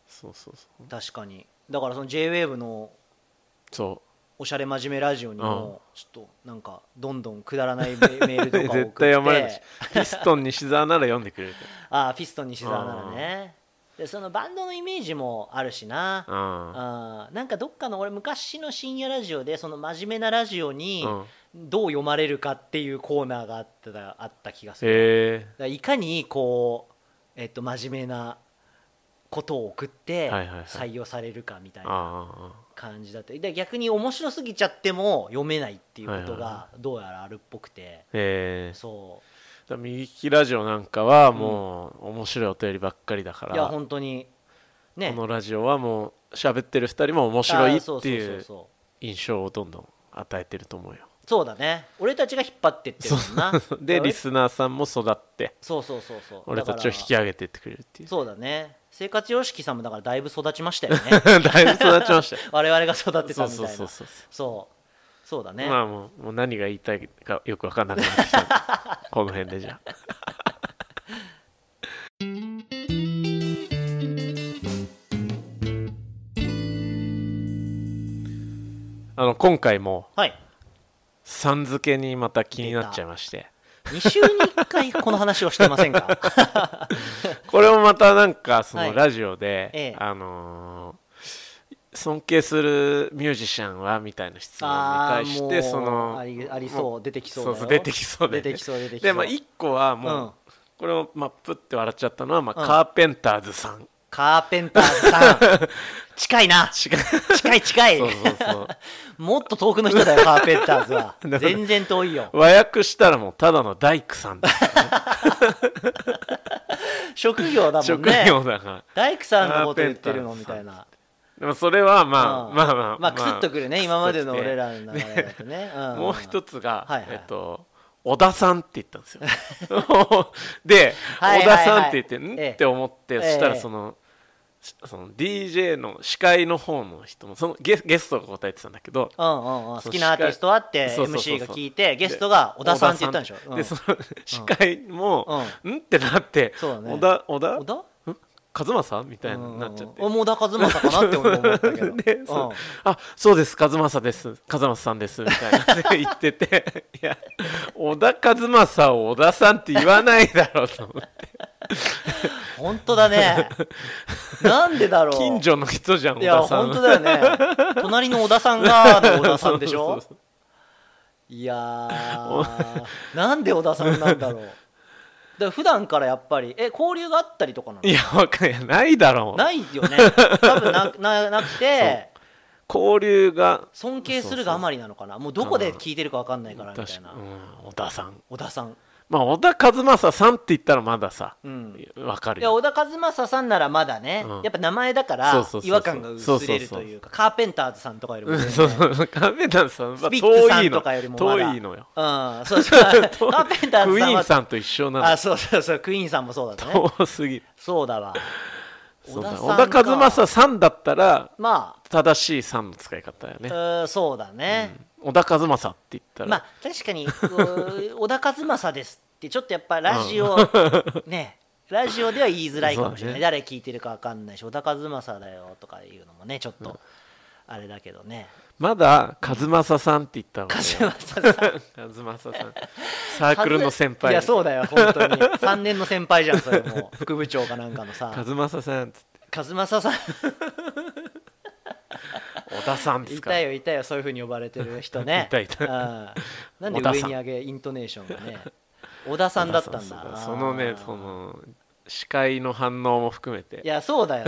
そうそうそう確かにだからその JWAVE のそおしゃれ真面目ラジオにもちょっとなんかどんどんくだらないメ <laughs> メールうとかを送って絶対読まれないしピストン西澤なら読んでくれるああピストン西澤ならねでそのバンドのイメージもあるしなああーなんかどっかの俺昔の深夜ラジオでその真面目なラジオにうんどう読まれるかっていうコーナーがあったあった気がする、へだからいかにこう、えっと、真面目なことを送ってはいはいはい採用されるかみたいえなああ感じだった、で逆に面白すぎちゃっても読めないっていうことはいはいがどうやらあるっぽくて、へえそら右利きラジオなんかはもう面白いお便りばっかりだから、いや本当にねこのラジオはもう喋ってる2人も面白いあーそうってそういそううそう印象をどんどん与えてると思うよそうだね俺たちが引っ張ってってるもんな <laughs> で俺リスナーさんも育ってそうそうそうそう俺たちを引きだか上げてってくれるっていらうそうだね生活様式さんもだからだいぶ育ちましたよね <laughs> だいぶ育ち <laughs> ましたよ我々が育ってたそみたいうそうなそうそうそうそうだね、まあもうもう何が言いたいかよく分かんなくなってきたんでこの辺でじゃあ <laughs> あの今回もはいさん付けにまた気になっちゃいまして2週に1回この話をしてません <laughs> かこれもまたなんかそはいのラジオで、ええあのー尊敬するミュージシャンはみたいな質問にあ対ーしてそのありありもそう出てきそうだそようそう出てきそうで、出てきそう出てきそうでまあ一個はもう、うんこれをまあプって笑っちゃったのはまあ、うんカーペンターズさんカーペンターズさん近いな違う近い近いそうそうそうもっと遠くの人だよカーペンターズは <laughs> なるほど全然遠いよ和訳したらもうただの大工さんだ職業だもん職ね業だから大工さんのこと言ってるのカーペみンターズさたんいなでもそれはまあ、うんまあまあまあクスッとくるね今までの俺らの流れだとねんもう一つが、はいはいえっと小田さんって言ったんですよ <laughs> で、はいはい小田さんって言ってん、ええって思って、ええそしたらその,し、その DJ の司会の方の人もそのゲゲストが答えてたんだけどうんうんうん、好そうきなアーティストはってそうそうそう MC が聞いてゲストが小田さんって言ったんでしょでうんその司会も、うん、ってなって、そうだね小田小田小田和正みたいうんうにんなっちゃって、うん小田和正かなって俺も思ったけ <laughs> ど、でうんそうあそうです和正です和正さんですみたいな <laughs> で言ってていや小田和正を小田さんって言わないだろうと思 <laughs> って本当だ <laughs> ねなんでだろう近所の人じゃん小いや田さん本当だよね隣の小田さんがの小田さんでしそうょそうそういやーなんで小田さんなんだろうだから普段からやっぱりえ交流があったりとかなのいやわかんないないだろうないよね多分なななくて交流が尊敬するがあまりなのかなもうどこで聞いてるか分かんないからみた確いかな、うん、小田さん小田さん、まあ小田和正さんって言ったらまださうん、わかるいよや小田和正さんならまだね、うんやっぱ名前だかそうらそうそうそう違和感が薄れるというかカーペンターズさんとかよりもう全ん然 <laughs> そうそう亀田さんはスピッツさ遠いんのとかよりもまだ遠 <laughs> いのようんそう <laughs> そうカーペンタークズイさんーはンさんと一緒なのあそうそうそうクイーンさんもそうだね遠すぎるそうだわそうださん小田か和正さんだったらま正しいさんの使い方よあ、ねう、ーそうだね、小田和正って言ったら、まあ確かにう <laughs> ー小田和正ですってちょっとやっぱラジオ、ねラジオでは言いづらいかもしれない、そう誰聞いてるか分かんないし小田和正だよとかいうのもねちょっとあれだけどねまだ和正さんって言ったの和ね正さん和正さんサークルの先輩いやそうだよ本当に3年の先輩じゃんそれもう副部長かなんかの和さ正さんっつって和正さん小田さんでいすかたよいたよそういうふうに呼ばれてる人ね <laughs> いたいたうんなんで小田上さんに上げイントネーションがね小田さんだったんだ小田さそうそのねあーその司会の反応も含めていやそうだよ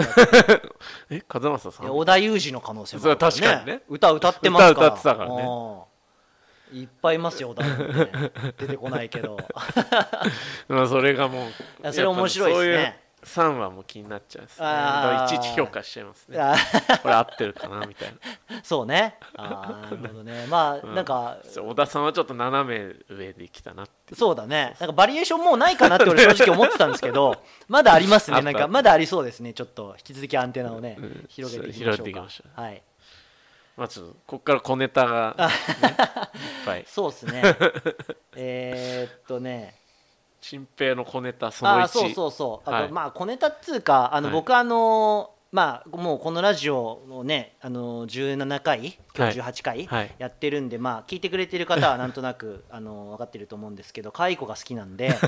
え和正さん織田裕二の可能性もあるそう確かにね歌歌ってますから歌歌ってたからねうんいっぱいいますよ織田裕二ね <laughs> 出てこないけど <laughs> まあそれがもうやそれ面白いっすねやっぱりそういう3はもう気になっちゃうんですねあーだからいちいち評価しちゃいますねあこれ合ってるかなみたいなそうねあーなるほどねまあなんか小田さんはちょっと斜め上で来たなってそうだねなんかバリエーションもうないかなって俺正直思ってたんですけ <laughs> どまだありますあねったなんかまだありそうですねちょっと引き続きアンテナをねうん広げていきまし広ょうげていきかましょはいまあちょっとこっから小ネタが、ね、いっ <laughs> ぱいそうです <laughs> ねえーっとね新平の小ネタそのあ1あそうそうそう、あはいとまあ小ネタっつうかあの、はい僕あのまあもうこのラジオのねあの17回今日は18回はいやってるんで、まあ聞いてくれてる方 <laughs> はなんとなくあの分かってると思うんですけど可愛い子が好きなん <laughs> で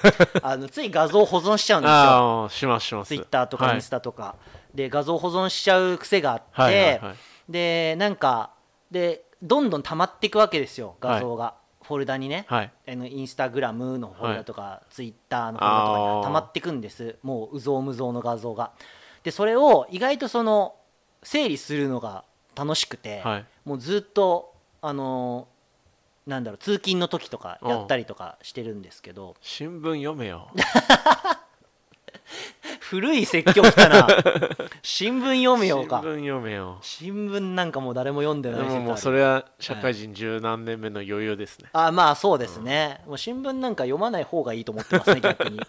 あのつい画像保存しちゃうんですよああしますしますツイッターとかインスタタとか、で画像保存しちゃう癖があって、はいはいはいでなんかでどんどん溜まっていくわけですよ画像が、フォルダにね、はいあのインスタグラムのフォルダとか、ツイッターのフォルダとかにあー溜まっていくんですもううぞうむぞうの画像がでそれを意外とその整理するのが楽しくて、はいもうずっとあのーなんだろう通勤の時とかやったりとかしてるんですけど新聞読めよ古い説教来た <laughs> な新聞読めよう新聞か読めよ新聞なんかもう誰も読んででない説ももあうるそれは社会人十何年目の余裕ですね、あまあそうですね、もう新聞なんか読まない方がいいと思って <laughs> ますね逆に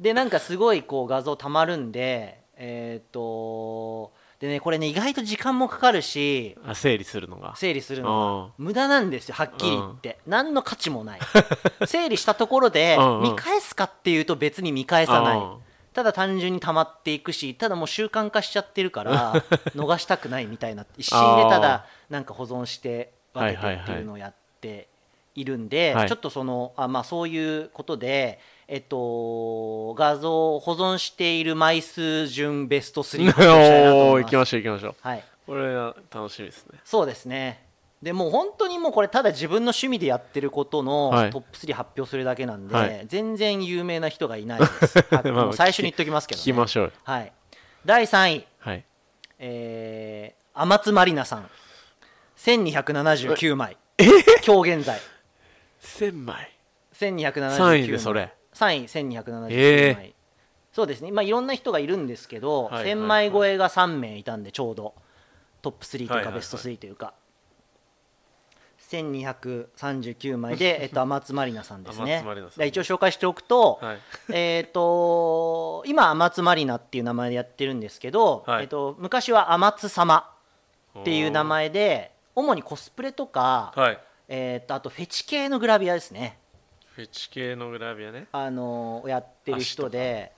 でなんかすごいこう画像たまるんでえーっとでねこれね意外と時間もかかるしあ整理するのが整理するのが無駄なんですよはっきり言って、何の価値も <laughs> ない整理したところでうんうん見返すかっていうと別に見返さない、うんただ単純に溜まっていくしただもう習慣化しちゃってるから <laughs> 逃したくないみたいな一心でただなんか保存して分けてっていうのをやっているんで、はいちょっとそのあ、まあ、そういうことで、えっと、画像を保存している枚数順ベスト3発表したいなとお思 <laughs> おい行まきす。ましょう行きましょうはいこれは楽しみですねそうですねでもう本当にもうこれただ自分の趣味でやってることのはいトップ3発表するだけなんで、はい全然有名な人がいない <laughs> です、はいまあもう最初に言っときますけ聞ど、ね、きましょうよはい、第3位、はいえー、天津まりなさん1279枚今日現在1000枚1279枚3位でそれ3位1279枚、えそうですねまあいろんな人がいるんですけど、はいはい1000枚超えが3名いたんでちょうどトップ3はいとはかいはいベスト3というか、1239枚 <laughs> で、えっと、天津まりなさんですね天津まりなさんで一応紹介しておくと、はいえっと今天津まりなっていう名前でやってるんですけど、はいえっと昔は天津様っていう名前で主にコスプレとか、はいえー、とあとフェチ系のグラビアですね、フェチ系のグラビアねあのーやってる人で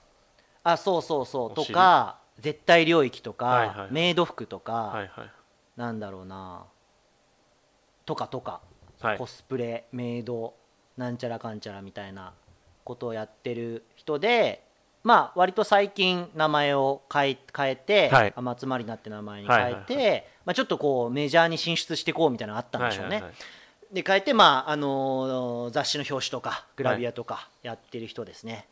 あそうそうそうおと尻か絶対領域とか、はいはいメイド服とか、はいはいなんだろうなとかとか、はいコスプレメイドなんちゃらかんちゃらみたいなことをやってる人でまあ割と最近名前を変え変えて、はいアマツマリナって名前に変えて、はいまあ、ちょっとこうメジャーに進出していこうみたいなのがあったんでしょうね。はいはいはいで変えて、まああのー雑誌の表紙とかグラビアとかやってる人ですね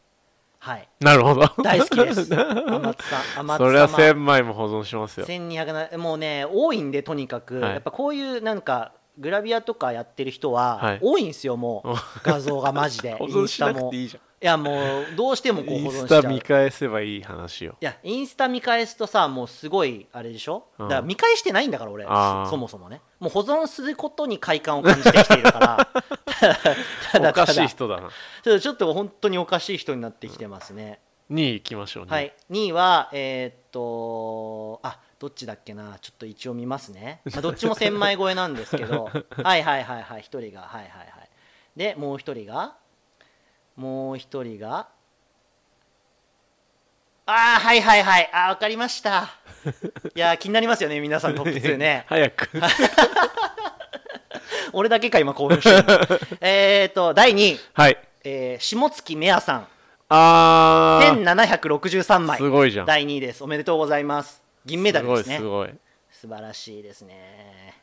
はい、 <laughs> なるほど大好きです <laughs> それ天津さん天は津様1000枚も保存しますよ1200なもうね多いんでとにかく、はいやっぱこういうなんかグラビアとかやってる人は、はい多いんですよもう <laughs> お画像がマジで <laughs> 保存しなインスタくもていいいじゃんやもうどうしてもこうイ保存ンスしちゃタう見返せばいい話よいやインスタ見返すとさもうすごいあれでしょ、うんだから見返してないんだから俺あーそもそもねもう保存することに快感を感じてきているから <laughs> ただ <laughs> た <laughs> だおかたしいだ人だちょなっとちょっと本当におかしい人になってきてますね、 2位行きましょうねはい2位はえーっとあどっちだっけなちょっと一応見ますね、まあ、どっちも1000枚超えなんですけ <laughs> どはいはいはいはい1人がはいはいはいでもう1人がもう1人がああはいはいはいあ分かりました <laughs> いやー気になりますよね皆さんトップ2ね早く俺だけか今興奮してる <laughs> のえーっと第2位、はいえー下月めやさんあー1763枚すごいじゃん第2位ですおめでとうございます銀メダルですねすごいすごい素晴らしいですね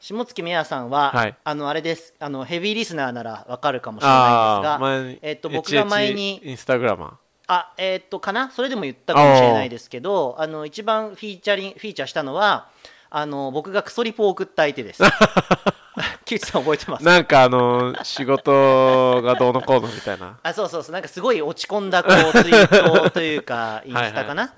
下月美也さんは、はいあのあれですあのヘビーリスナーならわかるかもしれないんですあがあ前にえっと僕が前に HH インスタグラマあえーっとかなそれでも言ったかもしれないですけどあの一番フィーチャリンフィーチャーしたのはあの僕がクソリポを送った相手です <laughs> 木内さん覚えてまーすなんかあのー仕事がどうのこうのみたいなあそうそうそうなんかすごい落ち込んだこうツイートというかインスタかな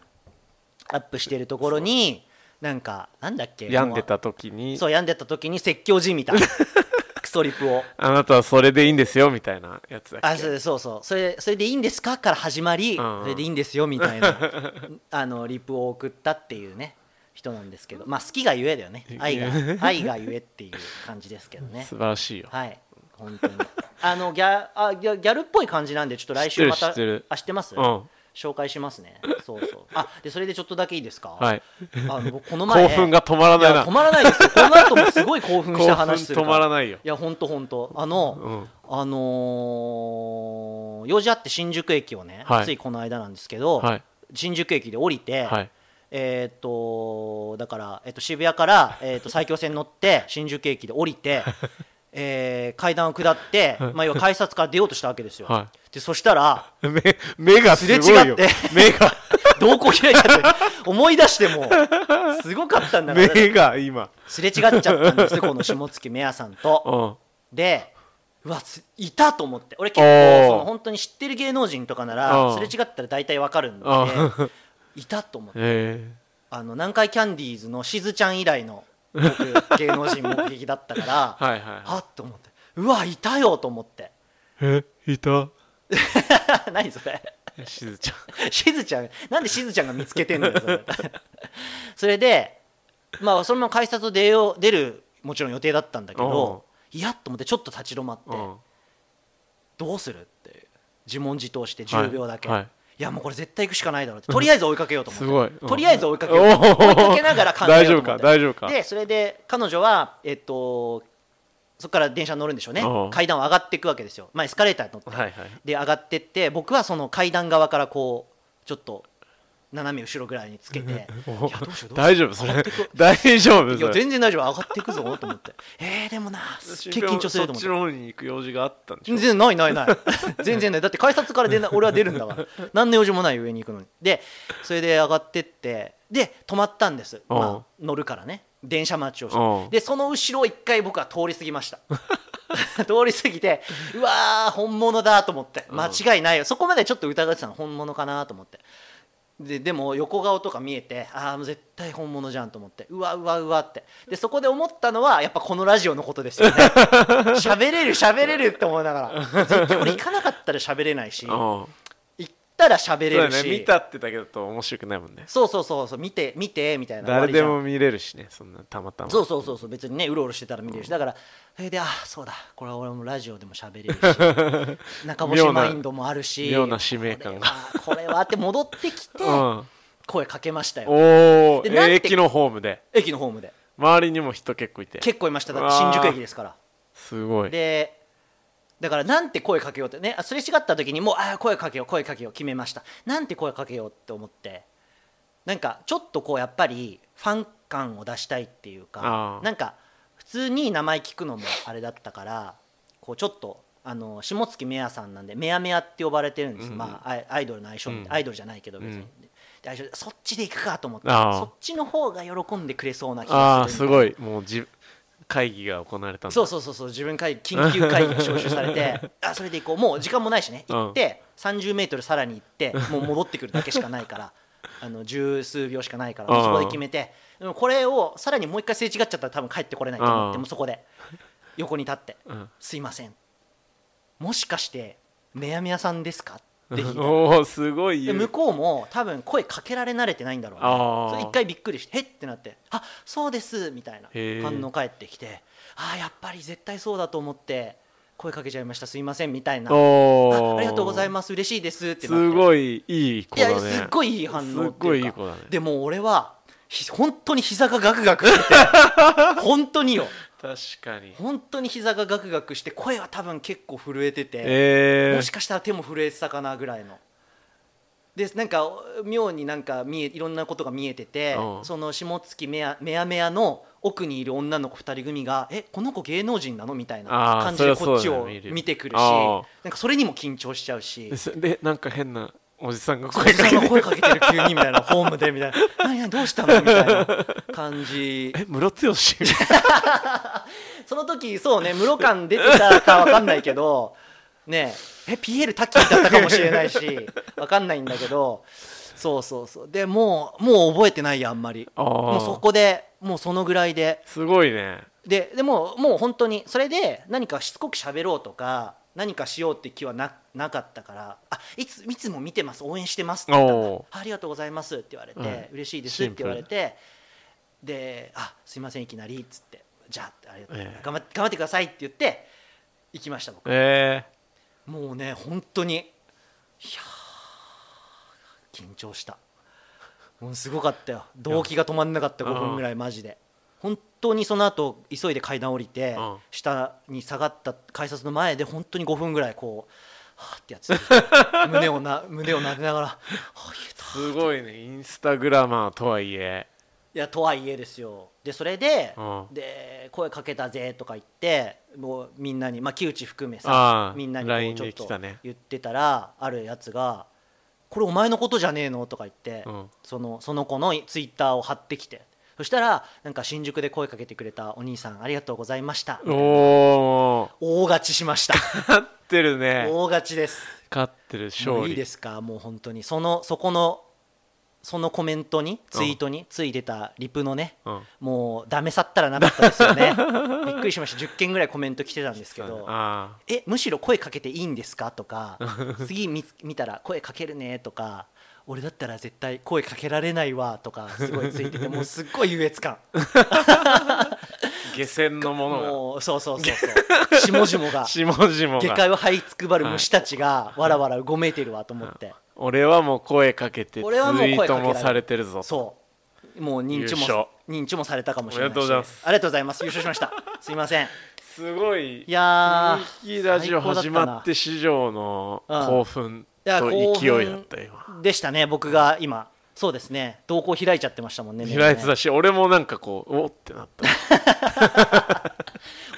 アップしてるところになんかなんだっけ病んでた時 <laughs> にそう病んでた時に説教じみた <laughs> クソリプをあなたはそれでいいんですよみたいなやつだっけあそうそうそうそれそれでいいんですかから始まり、うんうんそれでいいんですよみたい <laughs> なあのリプを送ったっていうね人なんですけどまあ好きがゆえだよね愛が愛がゆえっていう感じですけ <laughs> どね素晴らしいよはい本当にあのギャあギャギャルっぽい感じなんでちょっと来週また知ってる知ってるあ知ってます、うん紹介しますねそうそうあでそれでちょっとだけいいですか、はいあの僕この前興奮が止まらいないやな止まらない <laughs> ですよこの後もすごい興奮した話するから興奮止まらないよいや本当本当あの、あのー用事あって新宿駅をね、はいついこの間なんですけど、はい新宿駅で降りて、はいえーっとだから、えっと渋谷から、えーっと埼京線乗って新宿駅で降り <laughs> て、えー階段を下って、まあ、要は改札から出ようとしたわけですよ、はでそしたら <laughs> 目目がすごすれい違っよて <laughs> 目が瞳孔開いちゃって思い出してもすごかったんだから <laughs> 目が今 <laughs> すれ違っちゃったんですよこの下月めやさんとうんでうわついたと思って俺結構その本当に知ってる芸能人とかなうらんすれ違ったら大体わかるんで <laughs> うんいたと思ってえあの南海キャンディーズのしずちゃん以来の僕芸能人目撃だったからえ <laughs> はいはいはいあっと思ってうわいたよと思って <laughs> えいた何それ <laughs> しずちゃんしずちゃんなんでしずちゃんが見つけてんのよそれ <laughs> それでまあそのまま改札を出よう出るもちろん予定だったんだけどいやと思ってちょっと立ち止まってうんどうするって自問自答して10秒だけ、はいいはいやもうこれ絶対行くしかないだろうってとりあえず追いかけようと思ってすごいうんとりあえず追いかけようおー追いかけながら考えようと思って大丈夫か大丈夫かでそれで彼女はえっとそこから電車に乗るんでしょうねうん階段を上がっていくわけですよ、まあ、エスカレーターに乗って、はいはいで上がってって僕はその階段側からこうちょっと斜め後ろぐらいにつ <laughs> けていやどうしようどうしよう大丈夫そ上がれってく大丈夫いやそれ全然大丈夫上がっていくぞと思ってえー、でもなすっげえ緊張すると思そってっちの方に行く用事があったんでしょ全然ないない <laughs> ない全然ないだって改札から出な俺は出るんだから何の用事もない上に行くのにでそれで上がってってで止まったんです、うんまあ、乗るからね電車待ちをして、うんでその後ろを一回僕は通り過ぎました <laughs> 通り過ぎてうわー本物だと思ってうん間違いないよ、そこまでちょっと疑ってたの本物かなと思ってででも横顔とか見えてああ絶対本物じゃんと思ってうわうわうわってでそこで思ったのはやっぱこのラジオのことですよね <laughs> 喋れる喋れるって思いながら絶対これ行かなかったら喋れないし行うんったら喋れそうるだしね見たってだけだと面白くないもんねそうそうそうそう見て見てみたいな誰終わりじでゃんも見れるしねそんなたまたまそうそうそうそう別にねうろうろしてたら見れるしだからそれであそうだこれは俺もラジオでも喋れる <laughs> し中妙星なマインドもあるし妙な使命感がこれはこれはって戻ってきてうん声かけましたよおおでなんて駅のホームで駅のホームで周りにも人結構いて結構いましただって新宿駅ですからすごいでだからなんて声かけようってねあすれ違った時にもうあー声かけよう声かけよう決めましたなんて声かけようって思ってなんかちょっとこうやっぱりファン感を出したいっていうかあーなんか普通に名前聞くのもあれだったからこうちょっとあの下月メアさんなんでメアメアって呼ばれてるんです、うんまあアイアイドルの相性、うんアイドルじゃないけど別に、うんで相性そっちで行くかと思ってあーそっちの方が喜んでくれそうな気あがあすするんでごいもうじ会議が行われたんだそうそうそうそう自分会議緊急会議が招集されて <laughs> あそれで行こうもう時間もないしね行って、30メートルさらに行ってもう戻ってくるだけしかないから <laughs> あの十数秒しかないからうんそこで決めてでもこれをさらにもう一回すれ違っちゃったら多分帰ってこれないと思っうてんもうそこで横に立ってうん <laughs> 「すいませんもしかしてめやめやさんですか?」って聞いたのおおすごいで言う向こうも多分声かけられ慣れてないんだろうねあーそれ一回びっくりして「へっ?」ってなって「あそうです」みたいなへー反応返ってきて「あーやっぱり絶対そうだと思って声かけちゃいましたすいません」みたいなあ「おありがとうございすます嬉しいです」ってなってすごいいい子いだやねすっごいいい反応すっってごいいいいう子かだねでも俺はひ本当に膝がガクガク <laughs> してて本当によ確かに本当に膝がガクガクして声は多分結構震えててえもしかしたら手も震えてたかなぐらいの。でなんか妙になんか見えいろんなことが見えてて、うんその下月めやめやめやの奥にいる女の子2人組が「えこの子芸能人なの?」みたいなあー感じでそりゃこっちそうをだよね見る見てくるしあーなんかそれにも緊張しちゃうしーででなんか変なおじさんがそ声かけのて声かけてる急にみたいなホームでみたいな「何何どうしたの?」みたいな感じえムロツヨシその時そうね室感出てたかわかんないけどねええピエールタッキーだったかもしれないしわかんないんだけどそうそうそうでもうもう覚えてないやあんまりあもうそあこでもうそのぐらいですごいねででももう本当にそれで何かしつこく喋ろうとか何かしようって気はななかったから「あいついつも見てます応援してます」って言ったんだおーあ「ありがとうございます」って言われて「うん嬉しいです」って言われてで「あすいませんいきなり」っつって「じゃあありがとうええ頑張って頑張ってください」って言って行きました僕えもうね本当にいやー緊張したもうすごかったよ動悸が止まんなかったうん5分ぐらいマジで本当にその後急いで階段降りて、うん下に下がった改札の前で本当に5分ぐらいこうはあってやつ胸をな胸をなでながら、はあ、冷えーたすごいねインスタグラマーとはいえいやとはいえですよでそれで、うんで声かけたぜとか言ってもうみんなに、まあ、木内含めあさあみんなに LINE こうでちょっと来たね言ってたらあるやつが「これお前のことじゃねえの?」とか言って、うんそのその子のツイッターを貼ってきて「そしたらなんか新宿で声かけてくれたお兄さんありがとうございましたおお大勝ちしま <laughs> した勝ってるね大勝ちです勝ってる勝利もういいですかもう本当にそのそこのそのコメントにツイートについてたリプのね、うんもうダメさったらなかったですよねびっくりしました10件ぐらいコメント来てたんですけどあえむしろ声かけていいんですかとか次見見たら声かけるねとか俺だったら絶対声かけられないわとかすごいついててもうすっごい優越感あ下船のものもうそうそうそうそう下々がが <laughs> 下々下が界を這いつくばる虫たちがわらわらうごめいてるわと思って俺はもう声かけてツイ俺はもう声かーけられトるもされてるぞそうもう認知優勝も認知もされたかもしれないしおめでとうございますありがとうございます優勝しましたすいませんすごいいやいーいラジオ最高だ始たなまって史上の興奮いやと勢いだった興今奮でしたね僕が今そうですね動向開いちゃってましたもんね開いてねたし俺もなんかこうおってなった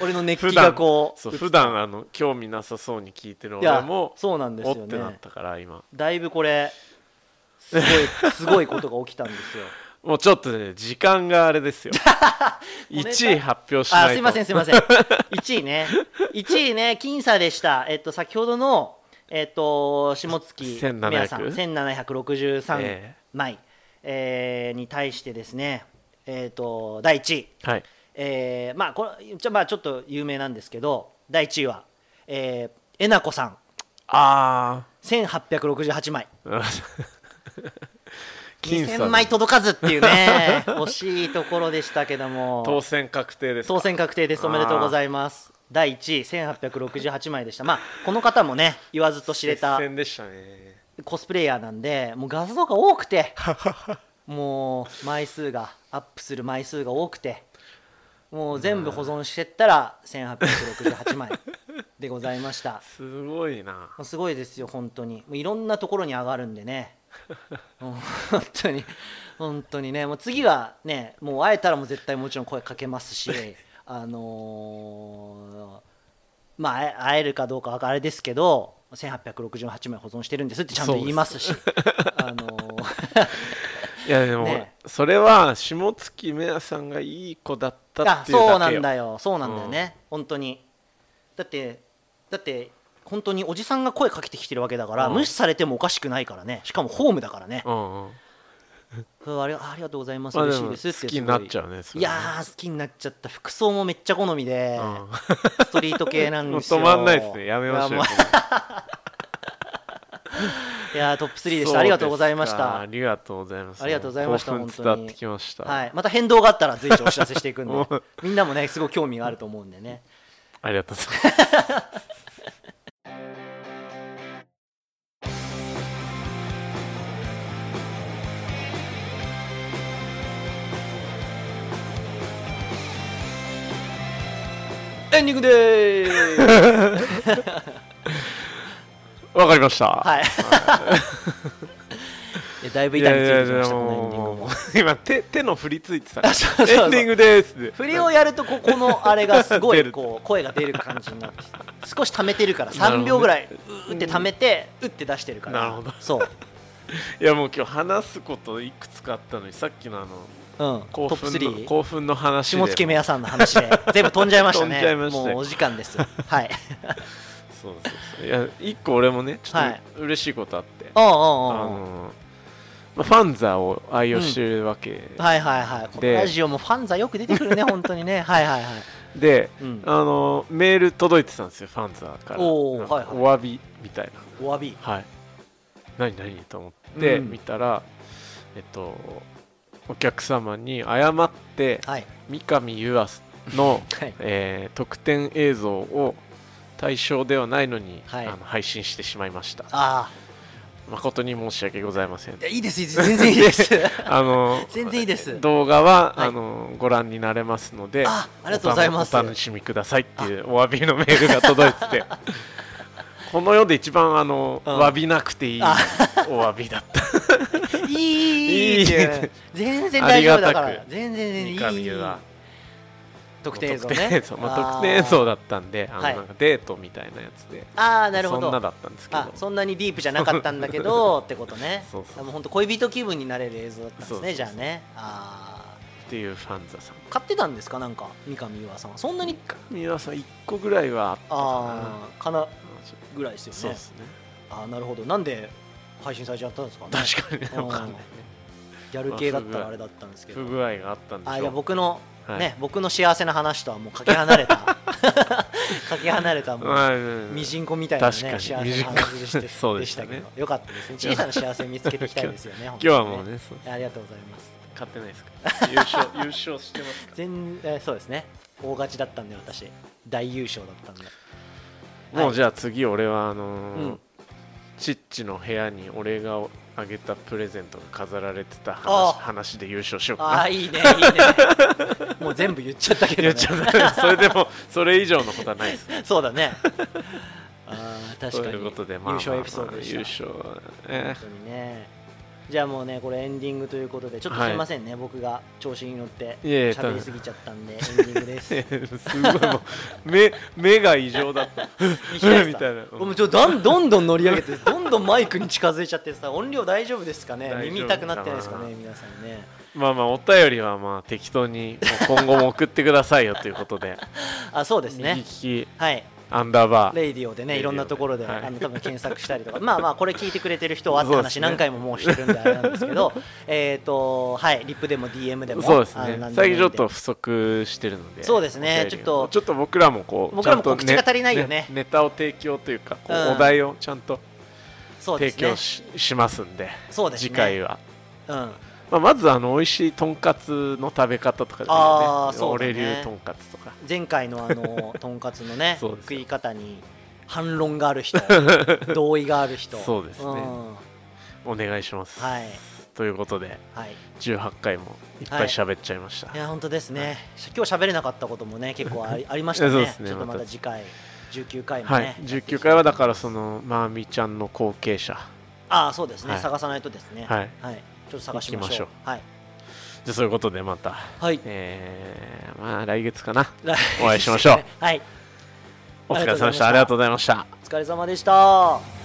俺の熱普気が段こうそう普段あの興味なさそうに聞いてるいや俺もそうなんですおよっねてなったから今だいぶこれすごいすごいことが起きたんですよもうちょっとね時間があ <laughs> れですよ1位発 <laughs> 表しないあとすいませんすいません1位ね1位ね僅差でしたえっと先ほどのえっと下月1700宮さん1763え枚、えーに対してですねえっと第1位はいえーまあこれちょ,、まあ、ちょっと有名なんですけど第1位は、えー、えなこさんあ1868枚あ <laughs> 2000枚届かずっていう <laughs> ね惜しいところでしたけども当選確定ですか当選確定ですおめでとうございます第1位1868枚でしたまあこの方もね言わずと知れた接戦でしたねコスプレイヤーなんでもう画像が多くてもう枚数がアップする枚数が多くてもう全部保存してったら1868枚でございましたすごいなもうすごいですよ本当にもういろんなところに上がるんで <laughs> ねもう本当に本当にねもう次はねもう会えたらもう絶対もちろん声かけますし <laughs> あのーまあ会え会えるかどうかはあれですけど1868枚保存してるんですってちゃんと言いますしあのーいやでも、ねそれは下月めやさんがいい子だったあ <laughs> っていうだけよそうなんだよそうなんだよね、本当にだってだって本当におじさんが声かけてきてるわけだから、うん無視されてもおかしくないからねしかもホームだからね、うんうんそうあれあありがとうございます、まあ嬉しいですってでも好きになっちゃゃうねそいれねやー好きになっちゃった服装もめっちゃ好みで、うんストリート系なんですよもう止まんないですねやめましいょうよやもういやートップ3でしそうたありがとうございましですかあたりがとうございますありがとうございました興奮本当に伝わってきました、はい、また変動があったら随時お知らせしていくん <laughs> もでうみんなもねすごい興味があると思うんでねありがとうございますエンディングでーすわかりましたははい <laughs> いやだいぶ痛みついてきましたこのエンディングももう今手手の振りついてたからそうそうそうエンディングですって振りをやるとここのあれがすご出いるこう声が出る感じになってきて少し溜めてるからなるほど3秒ぐらいうーって溜めてうって出してるからなるほどそう、いやもう今日話すこといくつかあったのにさっきのあのうん、ト興ップ奮の3興奮の話で下付目屋さんの話で全部飛んじゃいましたね <laughs> 飛んじゃいましたよもうお時間 <laughs> ですはいそうそうそういや一個俺もねちょはっいと嬉しいことあって、おうおあうおうのまあ、ファンザーを愛用してるわけ、はいはいはいこのでラジオもファンザよく出てくるね本当に <laughs> ねはいはいはいで、うんあのメール届いてたんですよファンザーからおーなんかはいはいお詫びみたいなお詫びはい何何と思ってうん見たら、えっとお客様に誤ってはい三上優愛 <laughs> の、 <laughs> はいえー特典映像を対象ではないのに、はいあの配信してしまいましたあ誠に申し訳ございません <laughs> あいやいいですいいです全然いいですあの全然いいです動画は、はいあのご覧になれますのであありがとうございますお楽お楽しみくださいっていうお詫びのメールが届い <laughs> ててこの世で一番あの、うん詫びなくていいおあ詫びだったいいいいって全然大丈夫だかあらりがたく全然全三然い上い優愛特定映像特典映ね像まあ、特典映像だったんであの、はいなんかデートみたいなやつであーあーなるほそんなどだったんですけどあそんなにディープじゃなかったんだけ <laughs> どってことねそうそうあもう本当恋人気分になれる映像だったんですねそうそうそうじゃあねあっていうファンザさん買ってたんですかなんか三上岩さんはそんなに三輪さん1個ぐらいはあったかなああかなうんちょっぐらいでとすそうよでねすねああなるほどなんで配信されちゃったんですかね確かにねうん分かんないねギャル系だったらあれだったんですけど不具合があったんであしいやょ僕の、はいね僕の幸せな話とはもうかけ離れ <laughs> たかけ離れたもう、うミジンコみたいなね確かに幸せな話でしミジンコて <laughs> そうでしたねけどよかったですね小さな幸せ見つけていきたいですよね今今日はもうねそうありがとうございます勝ってないですか優勝優勝してますか全えーそうですね大勝ちだったんで私大優勝だったんでもうじゃゃあ次俺はあのーうんチッチの部屋に俺があげたプレゼントが飾られてたああ話話で優勝しようああーかない <laughs> いねいいねもう全部言っちゃったけど、ね、言っちゃった <laughs> それでもそれ以上のことはないですそうだ <laughs> ねあー確かとにいうことで、まあ、優勝エピソードでした優勝え本当にねじゃあもうねこれエンディングということでちょっとはいすいませんね、僕が調子に乗っていえいえ喋りすぎちゃったんでエンディングですえ <laughs> すごいもう目目が異常だった <laughs> いきなりさみたいなうんもうちょっとどんどんどん乗り上げて <laughs> どんどんマイクに近づいちゃってさ音量大丈夫ですかね大丈夫耳痛くなってないですかかねな皆さんねまあまあお便りはまあ適当にもう今後も送ってくださいよということであそうです右利ねきはいアンダーバーレイディオでねレイいデろィオでんなところで、はいあの多分検索したりとか <laughs> まあまあこれ聞いてくれてる人はってそうで話すね何回ももうしてるんであれなんですけど <laughs> えっとはいリップでも DM でもそうですあのね何でもいいん最近でちょっと不足してるのでそうですねおち便りがょっとちょっと僕らもこう僕らもちゃんと告知が足りないよねネタを提供というかこう、うんお題をちゃんとそうで提すね供し,、しますんでそうですね次回はうんまあ、まずあの美味しいとんかつの食べ方とかですよあーねそうだね俺流とんかつとか前回のあ <laughs> のとんかつのねそうです食よい方に反論がある <laughs> 人同意がある人そうですねんお願いします、はいということではい18回もいっぱい喋っちゃいました、いや本当ですね、今日喋れなかったこともね結構 <laughs> ありありましたねそうですねちょっとままたた次回19回もね、はいやっていきた19回はだからそのまーみちゃんの後継者ああそうですね、はい探さないとですねはい、ちょっと探しましょう行きましょうはい、じゃあそういうことでまたはい、えー、まあ来月かなおお会いしましょう <laughs> はいお疲れ様でしたありがとうございましたお疲れ様でした